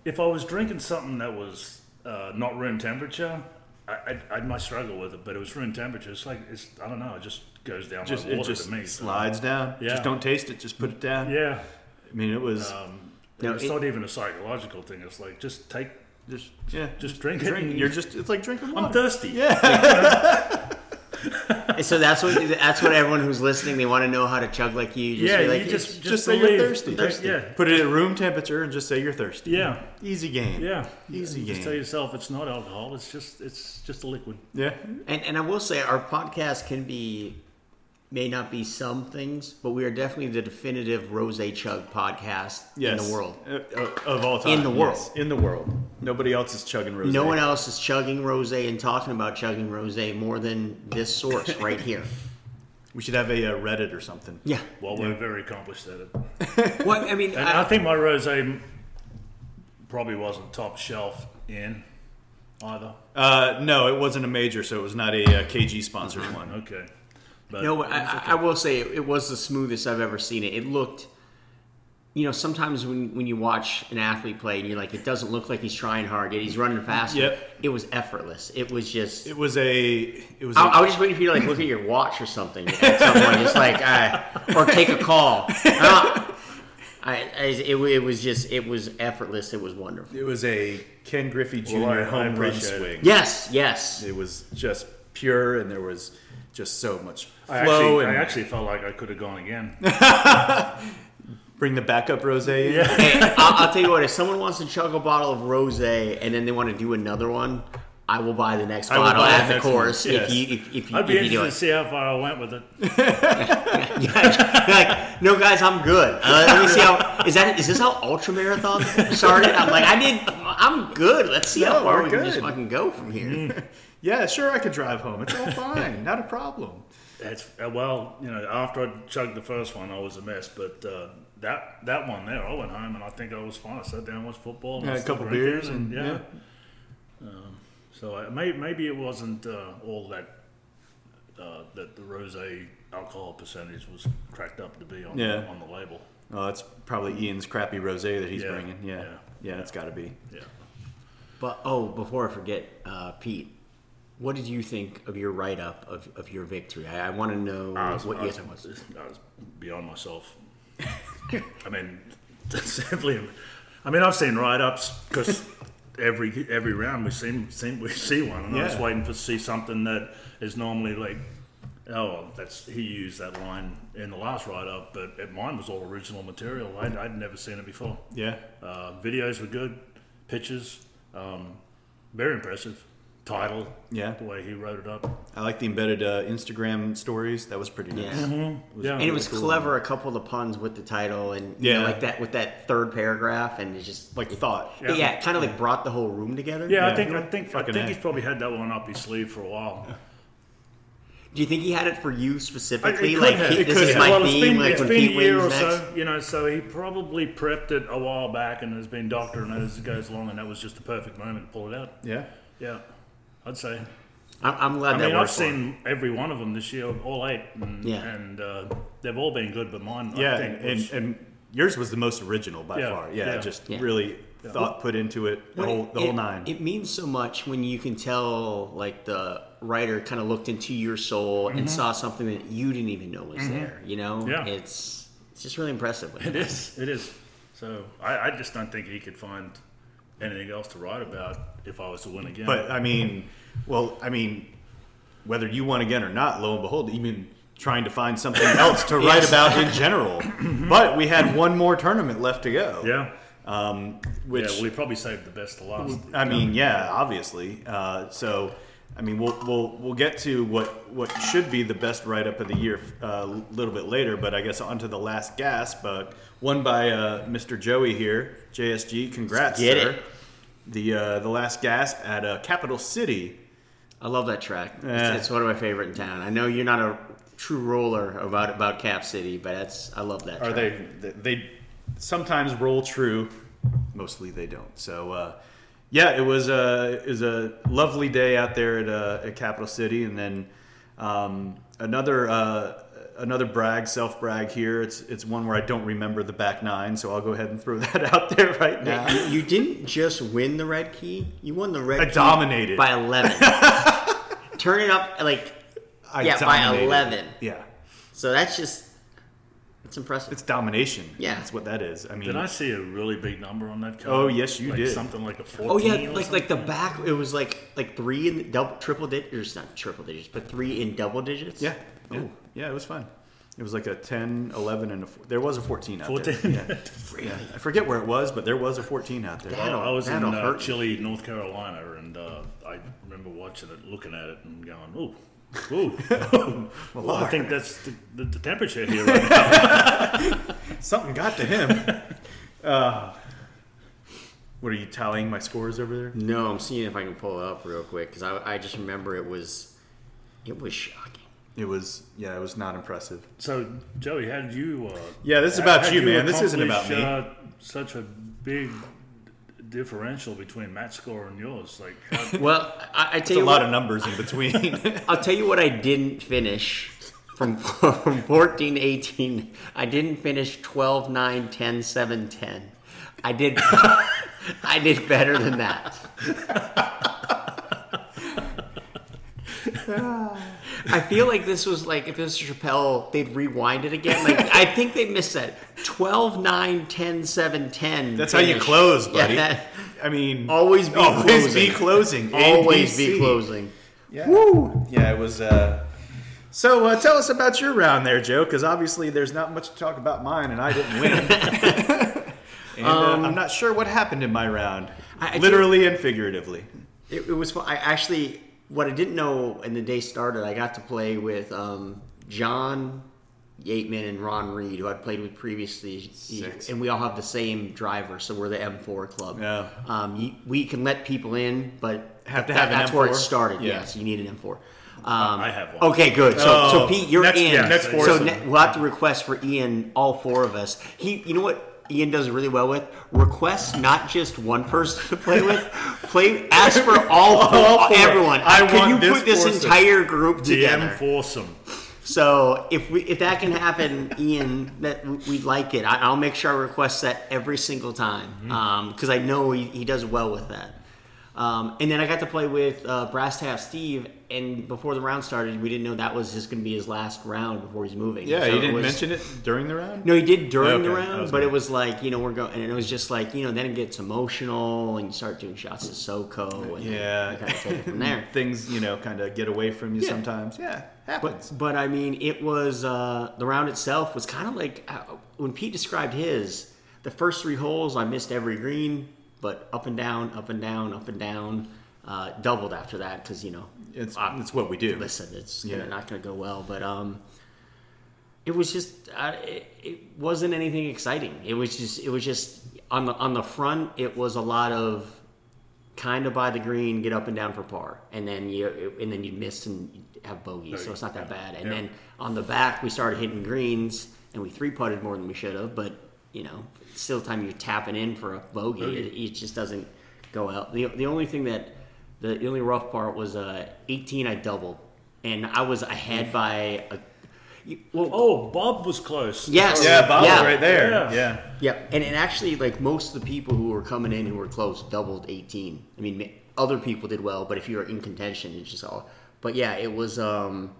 [SPEAKER 4] if I was drinking something that was uh, not room temperature, I, I, I might struggle with it. But it was room temperature. It's like it's I don't know. It just goes down
[SPEAKER 2] Just
[SPEAKER 4] like
[SPEAKER 2] it
[SPEAKER 4] water
[SPEAKER 2] just
[SPEAKER 4] to me. so-
[SPEAKER 2] slides down.
[SPEAKER 4] Yeah.
[SPEAKER 2] Just don't taste it. Just put it down.
[SPEAKER 4] Yeah. Um,
[SPEAKER 2] I mean, it was
[SPEAKER 3] No,
[SPEAKER 4] it's
[SPEAKER 3] it-
[SPEAKER 4] not even a psychological thing. It's like just take.
[SPEAKER 2] just yeah.
[SPEAKER 4] Just drink it.
[SPEAKER 2] Drink. You're just. It's like drinking water.
[SPEAKER 4] I'm thirsty.
[SPEAKER 3] So that's what that's what everyone who's listening they want to know how to chug like you. Just
[SPEAKER 4] Yeah,
[SPEAKER 3] be like,
[SPEAKER 4] you just just,
[SPEAKER 2] Just, say you're
[SPEAKER 4] believe.
[SPEAKER 2] thirsty.
[SPEAKER 4] Just- Yeah,
[SPEAKER 2] Put it at room temperature and just say you're thirsty.
[SPEAKER 4] yeah,
[SPEAKER 2] Easy game.
[SPEAKER 4] yeah.
[SPEAKER 2] Easy
[SPEAKER 4] And Just
[SPEAKER 2] game.
[SPEAKER 4] tell yourself it's not alcohol. It's just it's just a liquid.
[SPEAKER 2] Yeah.
[SPEAKER 3] and and I will say our podcast can be may not be some things, but we are definitely the definitive rose chug podcast
[SPEAKER 2] Yes.
[SPEAKER 3] in the world.
[SPEAKER 2] Uh, uh, of all time.
[SPEAKER 3] In the
[SPEAKER 2] yes.
[SPEAKER 3] world.
[SPEAKER 2] In the world. Nobody else is chugging rosé.
[SPEAKER 3] No one else is chugging rose and talking about chugging rose more than this source right here.
[SPEAKER 2] We should have a uh, Reddit or something.
[SPEAKER 3] Yeah.
[SPEAKER 4] Well, we're very accomplished at it.
[SPEAKER 3] Well, I mean,
[SPEAKER 4] And I, think my rosé probably wasn't top shelf in either.
[SPEAKER 2] Uh, no, it wasn't a major, so it was not a uh, KG sponsored one.
[SPEAKER 4] Okay, but
[SPEAKER 3] No, I, I- I will say it, it was the smoothest I've ever seen it. It looked, you know, sometimes when, when you watch an athlete play and you're like, it doesn't look like he's trying hard, yet he's running faster.
[SPEAKER 2] Yep.
[SPEAKER 3] It was effortless. It was just.
[SPEAKER 2] It was a. It was.
[SPEAKER 3] I,
[SPEAKER 2] a,
[SPEAKER 3] I was just waiting for you to like look at your watch or something at some point, just like, uh, or take a call. Ah. I, I, it, wa- it was just, it was effortless. It was wonderful.
[SPEAKER 2] it was a Ken Griffey Jr.
[SPEAKER 4] Well, I- I
[SPEAKER 2] home run
[SPEAKER 4] appreciate it.
[SPEAKER 2] swing.
[SPEAKER 3] Yes, yes.
[SPEAKER 2] It was just pure, and there was just so much
[SPEAKER 4] I
[SPEAKER 2] flow.
[SPEAKER 4] actually,
[SPEAKER 2] and
[SPEAKER 4] I actually felt like I could have gone again.
[SPEAKER 2] bring the backup rosé. in.
[SPEAKER 3] Hey, I'll, I'll tell you what. If someone wants to chug a bottle of rosé and then they want to do another one, I will buy the next
[SPEAKER 2] I will
[SPEAKER 3] bottle
[SPEAKER 2] buy the
[SPEAKER 3] at the
[SPEAKER 2] next one,
[SPEAKER 3] course.
[SPEAKER 2] yes.
[SPEAKER 3] If you if, if you,
[SPEAKER 4] I'd be
[SPEAKER 3] if you do
[SPEAKER 4] interested to
[SPEAKER 3] it,
[SPEAKER 4] see how far I went with it.
[SPEAKER 3] like no, guys, I'm good. Uh, let me see how is that is this how ultra marathons started? I'm like I did. I'm good. Let's see
[SPEAKER 2] No,
[SPEAKER 3] how far
[SPEAKER 2] we're
[SPEAKER 3] we can just
[SPEAKER 2] good. Mm-hmm.
[SPEAKER 3] fucking go from here.
[SPEAKER 2] Yeah, sure, I could drive home. It's all fine, not a problem.
[SPEAKER 4] That's uh, well, you know, after I chugged the first one, I was a mess. But uh, that that one there, I went home and I think I was fine. I sat down, watched football, and I
[SPEAKER 2] Had a
[SPEAKER 4] started
[SPEAKER 2] couple
[SPEAKER 4] drinking
[SPEAKER 2] beers and-
[SPEAKER 4] yeah. Um, so I, may, maybe it wasn't uh, all that uh, that the rosé alcohol percentage was cracked up to be on
[SPEAKER 2] Yeah.
[SPEAKER 4] on the label.
[SPEAKER 2] Oh, that's probably Ian's crappy rosé that he's
[SPEAKER 4] Yeah,
[SPEAKER 2] bringing. Yeah, yeah,
[SPEAKER 4] yeah.
[SPEAKER 2] it's got to be.
[SPEAKER 4] Yeah.
[SPEAKER 3] But oh, before I forget, uh, Pete. What did you think of your write up of, of your victory? I, I want to know
[SPEAKER 4] I was,
[SPEAKER 3] what your
[SPEAKER 4] I was,
[SPEAKER 3] thought was.
[SPEAKER 4] I was beyond myself. I mean, simply. I mean, I've seen write-ups because every every round we see seen, we see one, and I was
[SPEAKER 2] Yeah.
[SPEAKER 4] waiting for see something that is normally like, oh, well, that's he used that line in the last write-up, but it, mine was all original material. I'd, I'd never seen it before.
[SPEAKER 2] Yeah,
[SPEAKER 4] Uh, videos were good, pictures, um, very impressive. Title,
[SPEAKER 2] Yeah.
[SPEAKER 4] the way he wrote it up,
[SPEAKER 2] I like the embedded uh, Instagram stories. That was pretty nice.
[SPEAKER 3] Yeah.
[SPEAKER 4] yeah,
[SPEAKER 3] and it was clever a couple of the puns with the title and you
[SPEAKER 2] Yeah.
[SPEAKER 3] know, like that with that third paragraph and it's just like
[SPEAKER 2] Like thought.
[SPEAKER 3] yeah, it kind of like brought the whole room together
[SPEAKER 4] Yeah,
[SPEAKER 2] Yeah.
[SPEAKER 4] I think
[SPEAKER 2] Yeah.
[SPEAKER 4] I think I
[SPEAKER 2] Fucking
[SPEAKER 4] think
[SPEAKER 2] A.
[SPEAKER 4] he's probably had that one up his sleeve for a while.
[SPEAKER 3] do you think he had it for you specifically
[SPEAKER 4] could
[SPEAKER 3] like
[SPEAKER 4] have.
[SPEAKER 3] he-
[SPEAKER 4] It
[SPEAKER 3] this
[SPEAKER 2] could
[SPEAKER 3] is
[SPEAKER 2] have.
[SPEAKER 3] my
[SPEAKER 4] well,
[SPEAKER 3] theme
[SPEAKER 4] it's been,
[SPEAKER 3] like
[SPEAKER 4] it's
[SPEAKER 3] when
[SPEAKER 4] been
[SPEAKER 3] Pete
[SPEAKER 4] a year or
[SPEAKER 3] wins next
[SPEAKER 4] so, you know. So he probably prepped it a while back and has been doctoring it as it goes along, and that was just the perfect moment to pull it out.
[SPEAKER 2] Yeah,
[SPEAKER 4] Yeah, I'd say.
[SPEAKER 3] I'm, I'm glad
[SPEAKER 4] I
[SPEAKER 3] that
[SPEAKER 4] mean, I've
[SPEAKER 3] worked for him.
[SPEAKER 4] seen every one of them this year, all eight, and,
[SPEAKER 3] Yeah.
[SPEAKER 4] and uh, they've all been good, but mine,
[SPEAKER 2] yeah,
[SPEAKER 4] I think,
[SPEAKER 2] and,
[SPEAKER 4] was,
[SPEAKER 2] and yours was the most original by
[SPEAKER 4] Yeah,
[SPEAKER 2] far. Yeah,
[SPEAKER 4] yeah.
[SPEAKER 2] just
[SPEAKER 3] Yeah.
[SPEAKER 2] really thought put into it. The
[SPEAKER 3] But
[SPEAKER 2] whole,
[SPEAKER 3] it-
[SPEAKER 2] the whole
[SPEAKER 3] it-
[SPEAKER 2] nine.
[SPEAKER 3] it means so much when you can tell like the writer kind of looked into your soul and saw something that you didn't even know was there you know
[SPEAKER 4] Mm-hmm. Yeah.
[SPEAKER 3] it's it's just really impressive
[SPEAKER 4] it is, it is. So I, I just don't think he could find anything else to write about if I was to win again.
[SPEAKER 2] But I mean, well, I mean, whether you won again or not, lo and behold, even trying to find something else to write
[SPEAKER 3] Yes.
[SPEAKER 2] about in general. but we had one more tournament left to go.
[SPEAKER 4] yeah,
[SPEAKER 2] Um,
[SPEAKER 4] yeah,
[SPEAKER 2] which
[SPEAKER 4] well, he probably saved the best to last.
[SPEAKER 2] I mean, yeah, obviously. Uh, so, I mean, we'll we'll we'll get to what what should be the best write up of the year uh, a little bit later, but I guess onto the last gasp. But one by uh, Mr. Joey here, JSG. Congrats,
[SPEAKER 3] Get
[SPEAKER 2] sir.
[SPEAKER 3] it.
[SPEAKER 2] The uh, the last gasp at uh, Capital City.
[SPEAKER 3] I love that track.
[SPEAKER 2] Yeah.
[SPEAKER 3] It's, it's one of my favorite in town. I know you're not a true roller about about Cap City, but that's I love that.
[SPEAKER 2] Are
[SPEAKER 3] Track.
[SPEAKER 2] they they sometimes roll true, mostly they don't. So uh, yeah, it was a it was a lovely day out there at, uh, at Capital City, and then um, another uh, another brag, self brag here. It's it's one where I don't remember the back nine, so I'll go ahead and throw that out there right now.
[SPEAKER 3] You, you didn't just win the red key; you won the red.
[SPEAKER 2] I
[SPEAKER 3] key
[SPEAKER 2] dominated.
[SPEAKER 3] by eleven. Turn it up, like
[SPEAKER 2] I
[SPEAKER 3] yeah, by
[SPEAKER 2] dominated.
[SPEAKER 3] 11.
[SPEAKER 2] Yeah,
[SPEAKER 3] so. That's just it's impressive.
[SPEAKER 2] it's domination.
[SPEAKER 3] Yeah.
[SPEAKER 2] that's what that is. I mean,
[SPEAKER 4] Did I see a really big number on that? Card?
[SPEAKER 2] Mm. Oh, yes, you
[SPEAKER 4] Like
[SPEAKER 2] did.
[SPEAKER 4] Something like a
[SPEAKER 3] oh
[SPEAKER 4] fourteen.
[SPEAKER 3] yeah,
[SPEAKER 4] or
[SPEAKER 3] like
[SPEAKER 4] something?
[SPEAKER 3] like the back. It was like like three in double triple digits, not triple digits, but three in double digits.
[SPEAKER 2] yeah, yeah, yeah, it was fun. It was like a 10, 11, and a four. there was a 14 out
[SPEAKER 4] 14?
[SPEAKER 2] there. Yeah. yeah. I forget where it was, but there was a 14 out there.
[SPEAKER 3] That'll-
[SPEAKER 4] I was in
[SPEAKER 3] that'll
[SPEAKER 4] uh,
[SPEAKER 3] hurt.
[SPEAKER 4] Chile, North Carolina, and uh, I remember watching it, looking at it, and going, "Ooh, ooh."
[SPEAKER 2] Oh,
[SPEAKER 4] well, I think that's the, the, the temperature here. Right now.
[SPEAKER 2] Something got to him. uh, what are you tallying my scores over there?
[SPEAKER 3] No, I'm seeing if I can pull it up real quick because I, I just remember it was it was shocking.
[SPEAKER 2] It was yeah, it was not impressive.
[SPEAKER 4] so, Joey, how did you? Uh,
[SPEAKER 2] Yeah, this is
[SPEAKER 4] how-
[SPEAKER 2] about
[SPEAKER 4] how'd
[SPEAKER 2] you, man. This isn't about
[SPEAKER 4] accomplish,
[SPEAKER 2] me.
[SPEAKER 4] Uh, such a big differential between Matt's score and yours. Like, how-
[SPEAKER 3] Well, I, I tell
[SPEAKER 2] It's a
[SPEAKER 3] you
[SPEAKER 2] lot
[SPEAKER 3] what,
[SPEAKER 2] of numbers in between.
[SPEAKER 3] I'll tell you what I didn't finish from, from 14 18. I didn't finish 12 9 10 7 10. I did I did better than that. I feel like this was like if this was Chappelle, they'd rewind it again. Like I think they missed that 12 9 10 7 10.
[SPEAKER 2] That's how you
[SPEAKER 3] finish.
[SPEAKER 2] close,
[SPEAKER 3] Yeah,
[SPEAKER 2] buddy.
[SPEAKER 3] that-
[SPEAKER 2] I mean,
[SPEAKER 3] Always be
[SPEAKER 2] always be
[SPEAKER 3] closing.
[SPEAKER 2] closing.
[SPEAKER 3] always be
[SPEAKER 2] ABC.
[SPEAKER 3] closing.
[SPEAKER 2] Yeah. Yeah, it was. Uh... So uh, tell us about your round there, Joe, because obviously there's not much to talk about mine, and I didn't win. and
[SPEAKER 4] Um,
[SPEAKER 2] uh, I'm not sure what happened in my round,
[SPEAKER 3] I- I
[SPEAKER 2] literally and figuratively.
[SPEAKER 3] It, it was fun. I actually, what I didn't know and the day started, I got to play with um, John Yateman and Ron Reed, who I'd played with previously.
[SPEAKER 2] Six.
[SPEAKER 3] And we all have the same driver, so we're the M4 club.
[SPEAKER 2] Yeah.
[SPEAKER 3] Um, you, we can let people in, but
[SPEAKER 2] Have to
[SPEAKER 3] that-
[SPEAKER 2] have an
[SPEAKER 3] that's where it
[SPEAKER 2] M4?
[SPEAKER 3] started.
[SPEAKER 2] Yeah.
[SPEAKER 3] Yes, you need an M4. Um,
[SPEAKER 4] I have one.
[SPEAKER 3] Okay, good. So,
[SPEAKER 2] Oh,
[SPEAKER 3] so Pete, you're
[SPEAKER 2] next-
[SPEAKER 3] in.
[SPEAKER 2] yeah, next
[SPEAKER 3] so
[SPEAKER 2] foursome.
[SPEAKER 3] ne- we'll have to request for Ian all four of us. He, you know what Ian does really well with request not just one person to play with. Play ask for all, four,
[SPEAKER 2] All four.
[SPEAKER 3] everyone.
[SPEAKER 2] I
[SPEAKER 3] Can
[SPEAKER 2] want
[SPEAKER 3] you
[SPEAKER 2] this
[SPEAKER 3] put this
[SPEAKER 2] foursome.
[SPEAKER 3] entire group
[SPEAKER 4] the
[SPEAKER 3] together?
[SPEAKER 4] M foursome.
[SPEAKER 3] So if we if that can happen, Ian, that we'd like it. I, I'll make sure I request that every single time
[SPEAKER 2] Mm-hmm.
[SPEAKER 3] because I know he, he does well with that. Um, and then I got to play with uh, Brass Tap Steve, and before the round started, we didn't know that was just going to be his last round before he's moving.
[SPEAKER 2] Yeah,
[SPEAKER 3] So
[SPEAKER 2] you
[SPEAKER 3] it
[SPEAKER 2] didn't
[SPEAKER 3] was-
[SPEAKER 2] mention it during the round.
[SPEAKER 3] No, he did during the
[SPEAKER 2] Okay, I
[SPEAKER 3] round,
[SPEAKER 2] was
[SPEAKER 3] but
[SPEAKER 2] gonna-
[SPEAKER 3] it was like you know we're going, and it was just like you know then it gets emotional, and you start doing shots of Soko, and
[SPEAKER 2] Yeah.
[SPEAKER 3] you kind of take it from there.
[SPEAKER 2] Things you know kind of get away from you sometimes. Yeah, happens.
[SPEAKER 3] But but I mean, it was uh, the round itself was kind of like uh, when Pete described his. The first three holes, I missed every green, but up and down, up and down, up and down, uh, doubled after that because you know,
[SPEAKER 2] it's it's what we do.
[SPEAKER 3] listen, it's gonna-
[SPEAKER 2] Yeah.
[SPEAKER 3] not going to go well. But um, it was just uh, it, it wasn't anything exciting. It was just it was just on the on the front. It was a lot of kind of by the green, get up and down for par, and then you and then you miss and you have bogey, so it's not that bad. And then on the back, we started hitting greens, and we three putted more than we should have, but you know, still time you're tapping in for a bogey, It, it just doesn't go out. The the only thing that the, the only rough part was uh, 18. I doubled, and I was ahead by a. you- Well,
[SPEAKER 4] Oh, Bob was close.
[SPEAKER 3] Yes.
[SPEAKER 2] Yeah, Bob was
[SPEAKER 3] Yeah.
[SPEAKER 2] right there.
[SPEAKER 4] Yeah.
[SPEAKER 2] yeah.
[SPEAKER 3] Yeah, and, and actually, like most of the people who were coming in who were close doubled 18. I mean, ma- other people did well, but if you were in contention, it's just all. But yeah, it was. um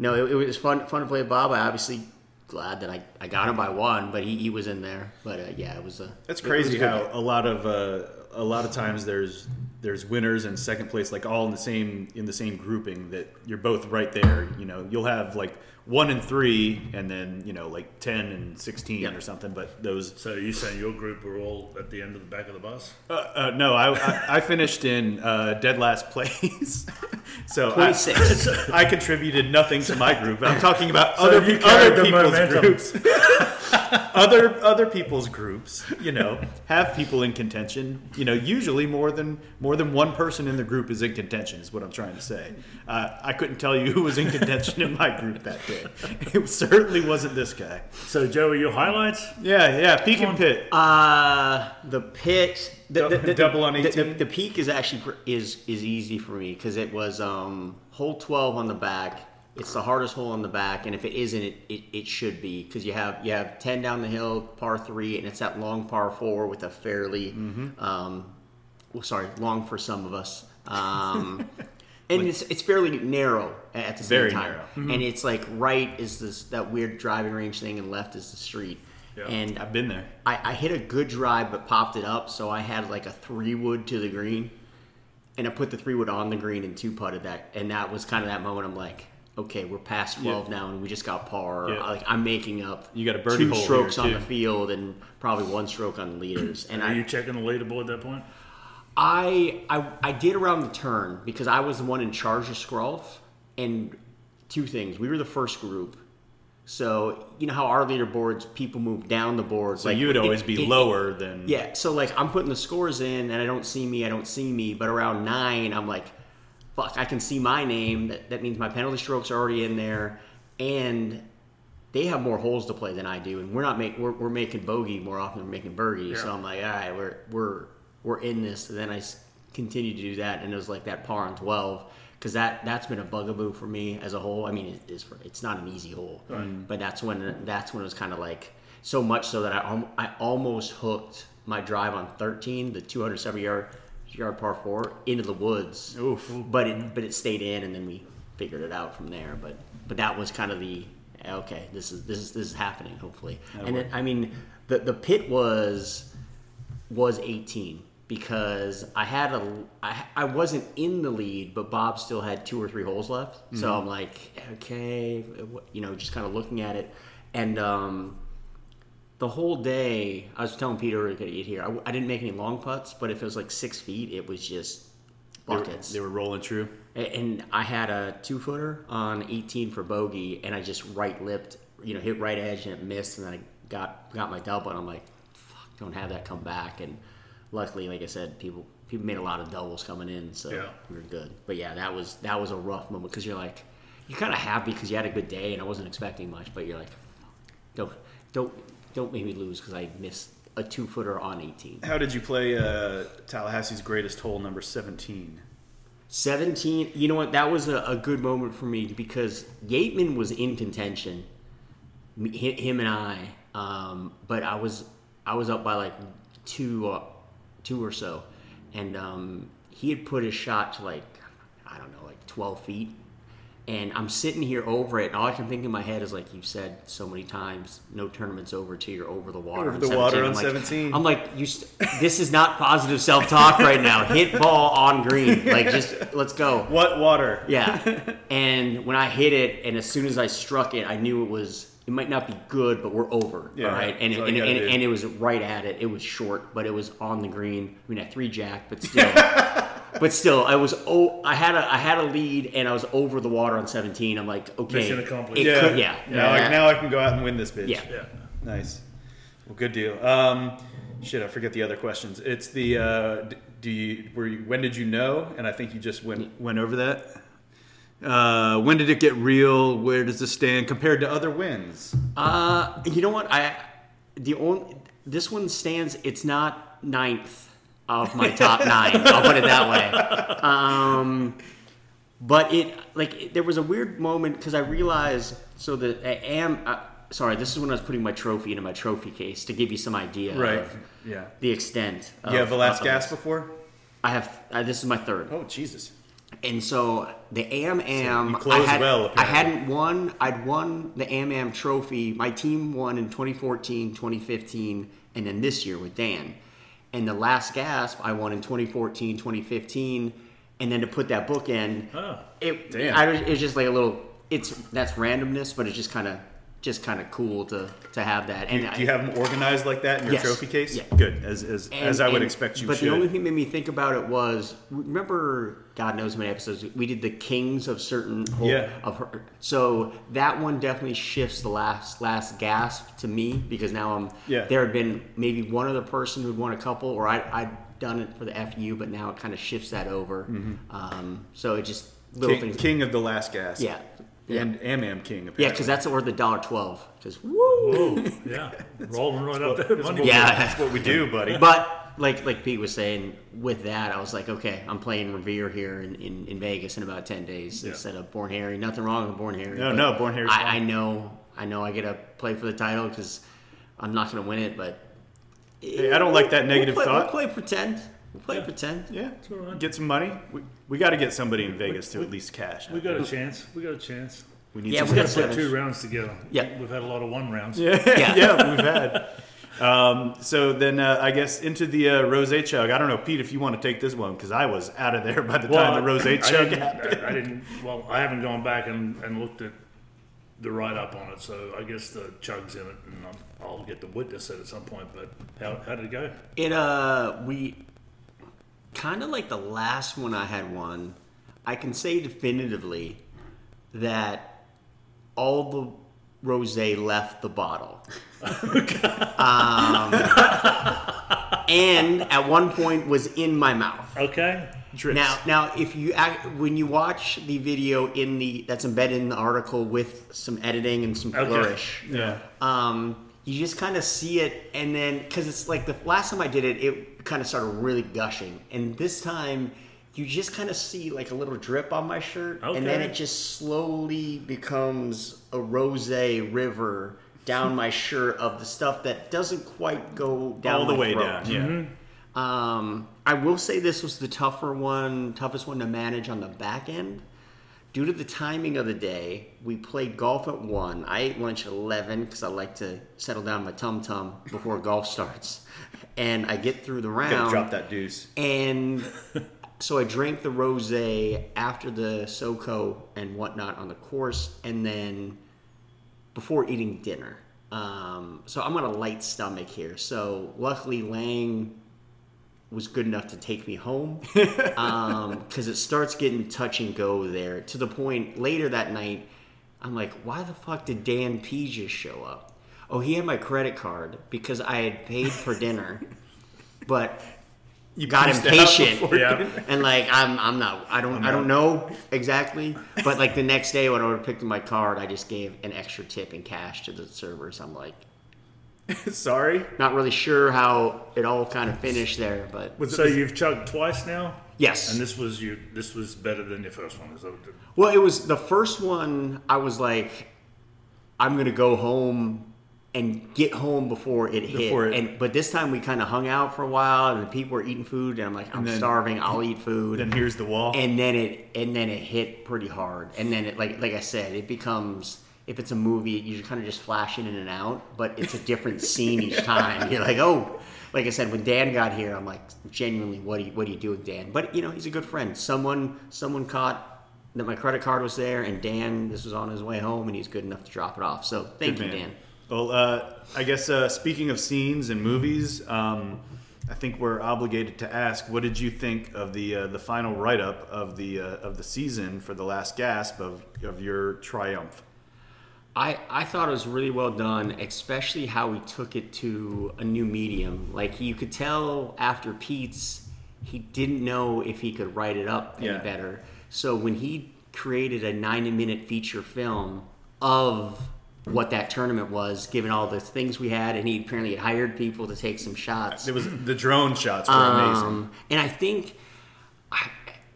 [SPEAKER 3] No, it, it was fun fun to play Bob. I obviously glad that I, I got him by one, but he, he was in there. But uh, yeah, it was a.
[SPEAKER 2] That's
[SPEAKER 3] it was
[SPEAKER 2] crazy
[SPEAKER 3] a good
[SPEAKER 2] how
[SPEAKER 3] game.
[SPEAKER 2] a lot of uh, a lot of times there's there's winners and second place like all in the same in the same grouping that you're both right there. You know, you'll have like one and three, and then you know like ten and sixteen
[SPEAKER 3] Yep.
[SPEAKER 2] or something. But those
[SPEAKER 4] So you saying your group were all at the end of the back of the bus?
[SPEAKER 2] uh, uh, no, I, I I finished in uh, dead last place. so I,
[SPEAKER 3] 26.
[SPEAKER 2] I contributed nothing to my group. I'm talking about
[SPEAKER 4] So
[SPEAKER 2] other,
[SPEAKER 4] you carried
[SPEAKER 2] other
[SPEAKER 4] the
[SPEAKER 2] people's
[SPEAKER 4] momentum.
[SPEAKER 2] groups. other other people's groups, you know, have people in contention. You know, usually more than more than one person in the group is in contention. Is what I'm trying to say. Uh, I couldn't tell you who was in contention in my group that day. It certainly wasn't this guy.
[SPEAKER 4] So, Joey, your highlights?
[SPEAKER 2] Yeah, yeah, peak and pit.
[SPEAKER 3] Uh, the pit. The, the, the,
[SPEAKER 2] Double on
[SPEAKER 3] the- the-
[SPEAKER 2] 18?
[SPEAKER 3] The, peak is actually pr- is is easy for me because it was um hole twelve on the back. It's the hardest hole in the back, and if it isn't, it, it, it should be because you have you have ten down the hill, par three, and it's that long par four with a fairly,
[SPEAKER 2] Mm-hmm.
[SPEAKER 3] um, well, sorry, long for some of us, um, and it's it's fairly narrow a- at the same
[SPEAKER 2] Very
[SPEAKER 3] time,
[SPEAKER 2] narrow. Mm-hmm.
[SPEAKER 3] and it's like right is this that weird driving range thing, and left is the street,
[SPEAKER 4] Yeah.
[SPEAKER 3] and
[SPEAKER 2] I've been there.
[SPEAKER 3] I, I hit a good drive but popped it up, so I had like a three wood to the green, and I put the three wood on the green and two putted that, and that was kind of that moment. I'm like, okay, we're past twelve now, and we just got par.
[SPEAKER 2] Yeah.
[SPEAKER 3] Like I'm making up.
[SPEAKER 2] You got a birdie
[SPEAKER 3] two
[SPEAKER 2] hole
[SPEAKER 3] strokes
[SPEAKER 2] here,
[SPEAKER 3] on
[SPEAKER 2] too.
[SPEAKER 3] the field and probably one stroke on the leaders, and
[SPEAKER 4] Are
[SPEAKER 3] I
[SPEAKER 4] you checking the leaderboard at that point?
[SPEAKER 3] I, I I did around the turn because I was the one in charge of Scrolf, and two things. We were the first group, so you know how our leaderboards people move down the board.
[SPEAKER 2] So you would always be lower than
[SPEAKER 3] Yeah, so like I'm putting the scores in and I don't see me, I don't see me, but around nine, I'm like, fuck, I can see my name. That, that means my penalty strokes are already in there, and they have more holes to play than I do, and we're not making we're, we're making bogey more often than we're making birdie. So I'm like, all right, we're we're we're in this. And then I s- continued to do that, and it was like that par on twelve because that that's been a bugaboo for me as a whole. I mean, it is for, it's not an easy hole, but that's when that's when it was kind of like so much so that I al- I almost hooked my drive on thirteen, the 270 yard yard par four into the woods.
[SPEAKER 2] Oof.
[SPEAKER 3] But it but it stayed in, and then we figured it out from there. But but that was kind of the okay. This is this is this is happening. Hopefully, and it, I mean the the pit was was 18 because I had a I, I wasn't in the lead, but Bob still had two or three holes left. So I'm like, okay, what- you know, just kind of looking at it, and um, the whole day I was telling Peter we're gonna eat here. I, I didn't make any long putts, but if it was like six feet, it was just
[SPEAKER 2] they were,
[SPEAKER 3] buckets.
[SPEAKER 2] they were rolling true.
[SPEAKER 3] A- and I had a two footer on 18 for bogey, and I just right lipped, you know, hit right edge and it missed, and then I got got my double, and I'm like, fuck, don't have that come back. And luckily, like I said, people people made a lot of doubles coming in, so
[SPEAKER 4] Yeah.
[SPEAKER 3] we were good. But yeah, that was that was a rough moment because you're like, you're kind of happy because you had a good day, and I wasn't expecting much, but you're like, don't don't don't make me lose because I missed a two footer on 18.
[SPEAKER 2] How did you play uh, Tallahassee's greatest hole, number 17?
[SPEAKER 3] 17 you know what that was a, a good moment for me because Yateman was in contention me- hi- him and I um, but I was I was up by like two uh, two or so and um, he had put his shot to like I don't know like 12 feet and I'm sitting here over it and all I can think in my head is like you've said so many times no tournaments over till you're over the water
[SPEAKER 2] Over
[SPEAKER 3] on
[SPEAKER 2] the water
[SPEAKER 3] 17.
[SPEAKER 2] on 17.
[SPEAKER 3] I'm like, I'm like, you. St- this is not positive self talk right now. Hit ball on green. Like, just let's go.
[SPEAKER 2] What water?
[SPEAKER 3] Yeah. And when I hit it, and as soon as I struck it, I knew it was. It might not be good, but we're over.
[SPEAKER 2] Yeah,
[SPEAKER 3] all right. And,
[SPEAKER 2] that's all
[SPEAKER 3] and,
[SPEAKER 2] you
[SPEAKER 3] and,
[SPEAKER 2] gotta do.
[SPEAKER 3] and it was right at it. It was short, but it was on the green. I mean, at three jack, but still. But still, I was oh, I had a I had a lead, and I was over the water on seventeen. I'm like, okay,
[SPEAKER 4] Mission accomplished.
[SPEAKER 3] It
[SPEAKER 2] Yeah.
[SPEAKER 3] could- yeah,
[SPEAKER 2] Now, I, now I can go out and win this bitch.
[SPEAKER 3] Yeah.
[SPEAKER 4] Yeah.
[SPEAKER 2] Nice. Well, good deal. Um, shit, I forget the other questions. It's the uh, d- do you were you, when did you know? And I think you just went went over that. Uh, when did it get real? Where does this stand compared to other wins?
[SPEAKER 3] Uh, you know what? I the only this one stands. It's not ninth of my top nine. I'll put it that way. Um, but it like it- there was a weird moment because I realized so that I am. Uh, sorry, this is when I was putting my trophy into my trophy case to give you some idea of
[SPEAKER 2] Yeah.
[SPEAKER 3] the extent. Of,
[SPEAKER 2] You have the last
[SPEAKER 3] of-
[SPEAKER 2] gas before?
[SPEAKER 3] I have. Uh, this is my third.
[SPEAKER 2] Oh Jesus.
[SPEAKER 3] And so the Am
[SPEAKER 2] you
[SPEAKER 3] Am, I,
[SPEAKER 2] closed
[SPEAKER 3] had,
[SPEAKER 2] well,
[SPEAKER 3] I
[SPEAKER 2] apparently.
[SPEAKER 3] hadn't won. I'd won the Am Am trophy. My team won in 2014, 2015, and then this year with Dan. And the last gasp I won in 2014, 2015, and then to put that book in,
[SPEAKER 4] Oh.
[SPEAKER 3] it
[SPEAKER 2] Damn.
[SPEAKER 3] I was, it's just like a little. It's that's randomness, but it's just kind of just kind of cool to to have that. And I-
[SPEAKER 2] Do you have them organized like that in your
[SPEAKER 3] Yes.
[SPEAKER 2] trophy case?
[SPEAKER 3] Yeah.
[SPEAKER 2] Good, as as, as I would expect you
[SPEAKER 3] But
[SPEAKER 2] should.
[SPEAKER 3] the only thing that made me think about it was remember, God knows how many episodes we did the kings of certain whole,
[SPEAKER 2] Yeah.
[SPEAKER 3] of her. So that one definitely shifts the last last gasp to me because now I'm
[SPEAKER 2] Yeah.
[SPEAKER 3] there had been maybe one other person who'd won a couple or I I'd done it for the fu, but now it kind of shifts that over.
[SPEAKER 2] Mm-hmm.
[SPEAKER 3] Um, so it just little
[SPEAKER 2] king,
[SPEAKER 3] things.
[SPEAKER 2] king of the last gas.
[SPEAKER 3] Yeah.
[SPEAKER 2] And Amam King apparently.
[SPEAKER 3] Yeah, because that's worth the dollar twelve. Just woo.
[SPEAKER 4] Whoa. Yeah. Rolling right up that money.
[SPEAKER 3] Yeah.
[SPEAKER 2] that's what we do, buddy.
[SPEAKER 3] But like like Pete was saying, with that, I was like, okay, I'm playing Revere here in, in, in Vegas in about ten days
[SPEAKER 2] Yeah.
[SPEAKER 3] instead of Born Harry. Nothing wrong with Born Harry.
[SPEAKER 2] No,
[SPEAKER 3] but
[SPEAKER 2] no, Born Harry's
[SPEAKER 3] I, I
[SPEAKER 2] fine.
[SPEAKER 3] know, I know, I get to play for the title because I'm not going to win it, but
[SPEAKER 2] Hey, I don't like that negative
[SPEAKER 3] we'll play,
[SPEAKER 2] thought.
[SPEAKER 3] We'll play pretend. We'll play pretend.
[SPEAKER 2] Yeah,
[SPEAKER 4] all right.
[SPEAKER 2] get some money. We, we got to get somebody in Vegas to at least cash.
[SPEAKER 4] We got a chance. We got a chance.
[SPEAKER 2] We need
[SPEAKER 3] Yeah,
[SPEAKER 2] some
[SPEAKER 3] we
[SPEAKER 4] We got
[SPEAKER 3] Yes,
[SPEAKER 4] to put
[SPEAKER 3] that is-
[SPEAKER 4] two rounds together.
[SPEAKER 3] Yeah.
[SPEAKER 4] We've had a lot of one rounds.
[SPEAKER 2] yeah,
[SPEAKER 3] Yeah.
[SPEAKER 2] yeah, we've had. Um, so then, uh, I guess into the uh, rose chug. I don't know, Pete, if you want to take this one because I was out of there by the time the rose
[SPEAKER 4] I
[SPEAKER 2] chug
[SPEAKER 4] didn't,
[SPEAKER 2] happened.
[SPEAKER 4] I, I didn't. Well, I haven't gone back and, and looked at the write up on it, so I guess the chug's in it, and I'll, I'll get to witness it at some point. But how, how did it go?
[SPEAKER 3] It uh we kind of like the last one I had won. I can say definitively that all the rosé left the bottle. um, and at one point was in my mouth.
[SPEAKER 4] Okay.
[SPEAKER 2] Trips.
[SPEAKER 3] Now, now, if you act, when you watch the video in the that's embedded in the article with some editing and some
[SPEAKER 4] Okay.
[SPEAKER 3] flourish,
[SPEAKER 2] yeah,
[SPEAKER 3] um, you just kind of see it and then because it's like the last time i did it it kind of started really gushing and this time you just kind of see like a little drip on my shirt and then
[SPEAKER 4] Okay.
[SPEAKER 3] it just slowly becomes a rose river down my shirt of the stuff that doesn't quite go down
[SPEAKER 2] all the
[SPEAKER 3] my
[SPEAKER 2] way
[SPEAKER 3] throat.
[SPEAKER 2] down. Yeah,
[SPEAKER 3] Um, I will say this was the tougher one, toughest one to manage on the back end. Due to the timing of the day, we played golf at 1. I ate lunch at 11 because I like to settle down my tum tum before golf starts. And I get through the
[SPEAKER 2] gotta
[SPEAKER 3] round.
[SPEAKER 2] drop that deuce.
[SPEAKER 3] And so I drank the rose after the SoCo and whatnot on the course, and then before eating dinner. Um, so I'm on a light stomach here. So luckily, Lang was good enough to take me home because it starts getting touch and go there to the point later that night. I'm like, why the fuck did Dan P just show up? Oh, he had my credit card because I had paid for dinner, but
[SPEAKER 2] You
[SPEAKER 3] got
[SPEAKER 2] pieced it out
[SPEAKER 3] impatient
[SPEAKER 2] before-
[SPEAKER 4] Yeah.
[SPEAKER 3] and like I'm I'm not I don't I don't know exactly. But like the next day when I would have picked up my card, I just gave an extra tip in cash to the servers. I'm like
[SPEAKER 2] Sorry,
[SPEAKER 3] not really sure how it all kind of finished there, but
[SPEAKER 2] was
[SPEAKER 4] So
[SPEAKER 2] it?
[SPEAKER 4] you've chugged twice now.
[SPEAKER 3] Yes.
[SPEAKER 4] And this was your. This was better than your first one. Is that what-
[SPEAKER 3] well, it was the first one I was like I'm going to go home and get home before it hit.
[SPEAKER 2] Before it-
[SPEAKER 3] and but this time we kind of hung out for a while and people were eating food and I'm like I'm
[SPEAKER 2] then-
[SPEAKER 3] starving, I'll eat food.
[SPEAKER 2] then here's the wall.
[SPEAKER 3] and then it and then it hit pretty hard and then it like like i said it becomes if it's a movie you're kind of just flashing in and out but it's a different scene each time you're like oh like i said when dan got here i'm like genuinely what do you what do you do with dan but you know he's a good friend someone someone caught that my credit card was there and dan this was on his way home and he's good enough to drop it off so thank
[SPEAKER 2] Good
[SPEAKER 3] you
[SPEAKER 2] man.
[SPEAKER 3] dan
[SPEAKER 2] Well, uh, I guess uh, speaking of scenes and movies, um, I think we're obligated to ask: What did you think of the uh, the final write up of the uh, of the season for the last gasp of of your triumph?
[SPEAKER 3] I, I thought it was really well done, especially how he took it to a new medium. Like you could tell after Pete's, he didn't know if he could write it up any
[SPEAKER 2] Yeah.
[SPEAKER 3] better. So when he created a 90 minute feature film of what that tournament was, given all the things we had, and he apparently had hired people to take some shots.
[SPEAKER 2] It was the drone shots were amazing.
[SPEAKER 3] Um, and I think I,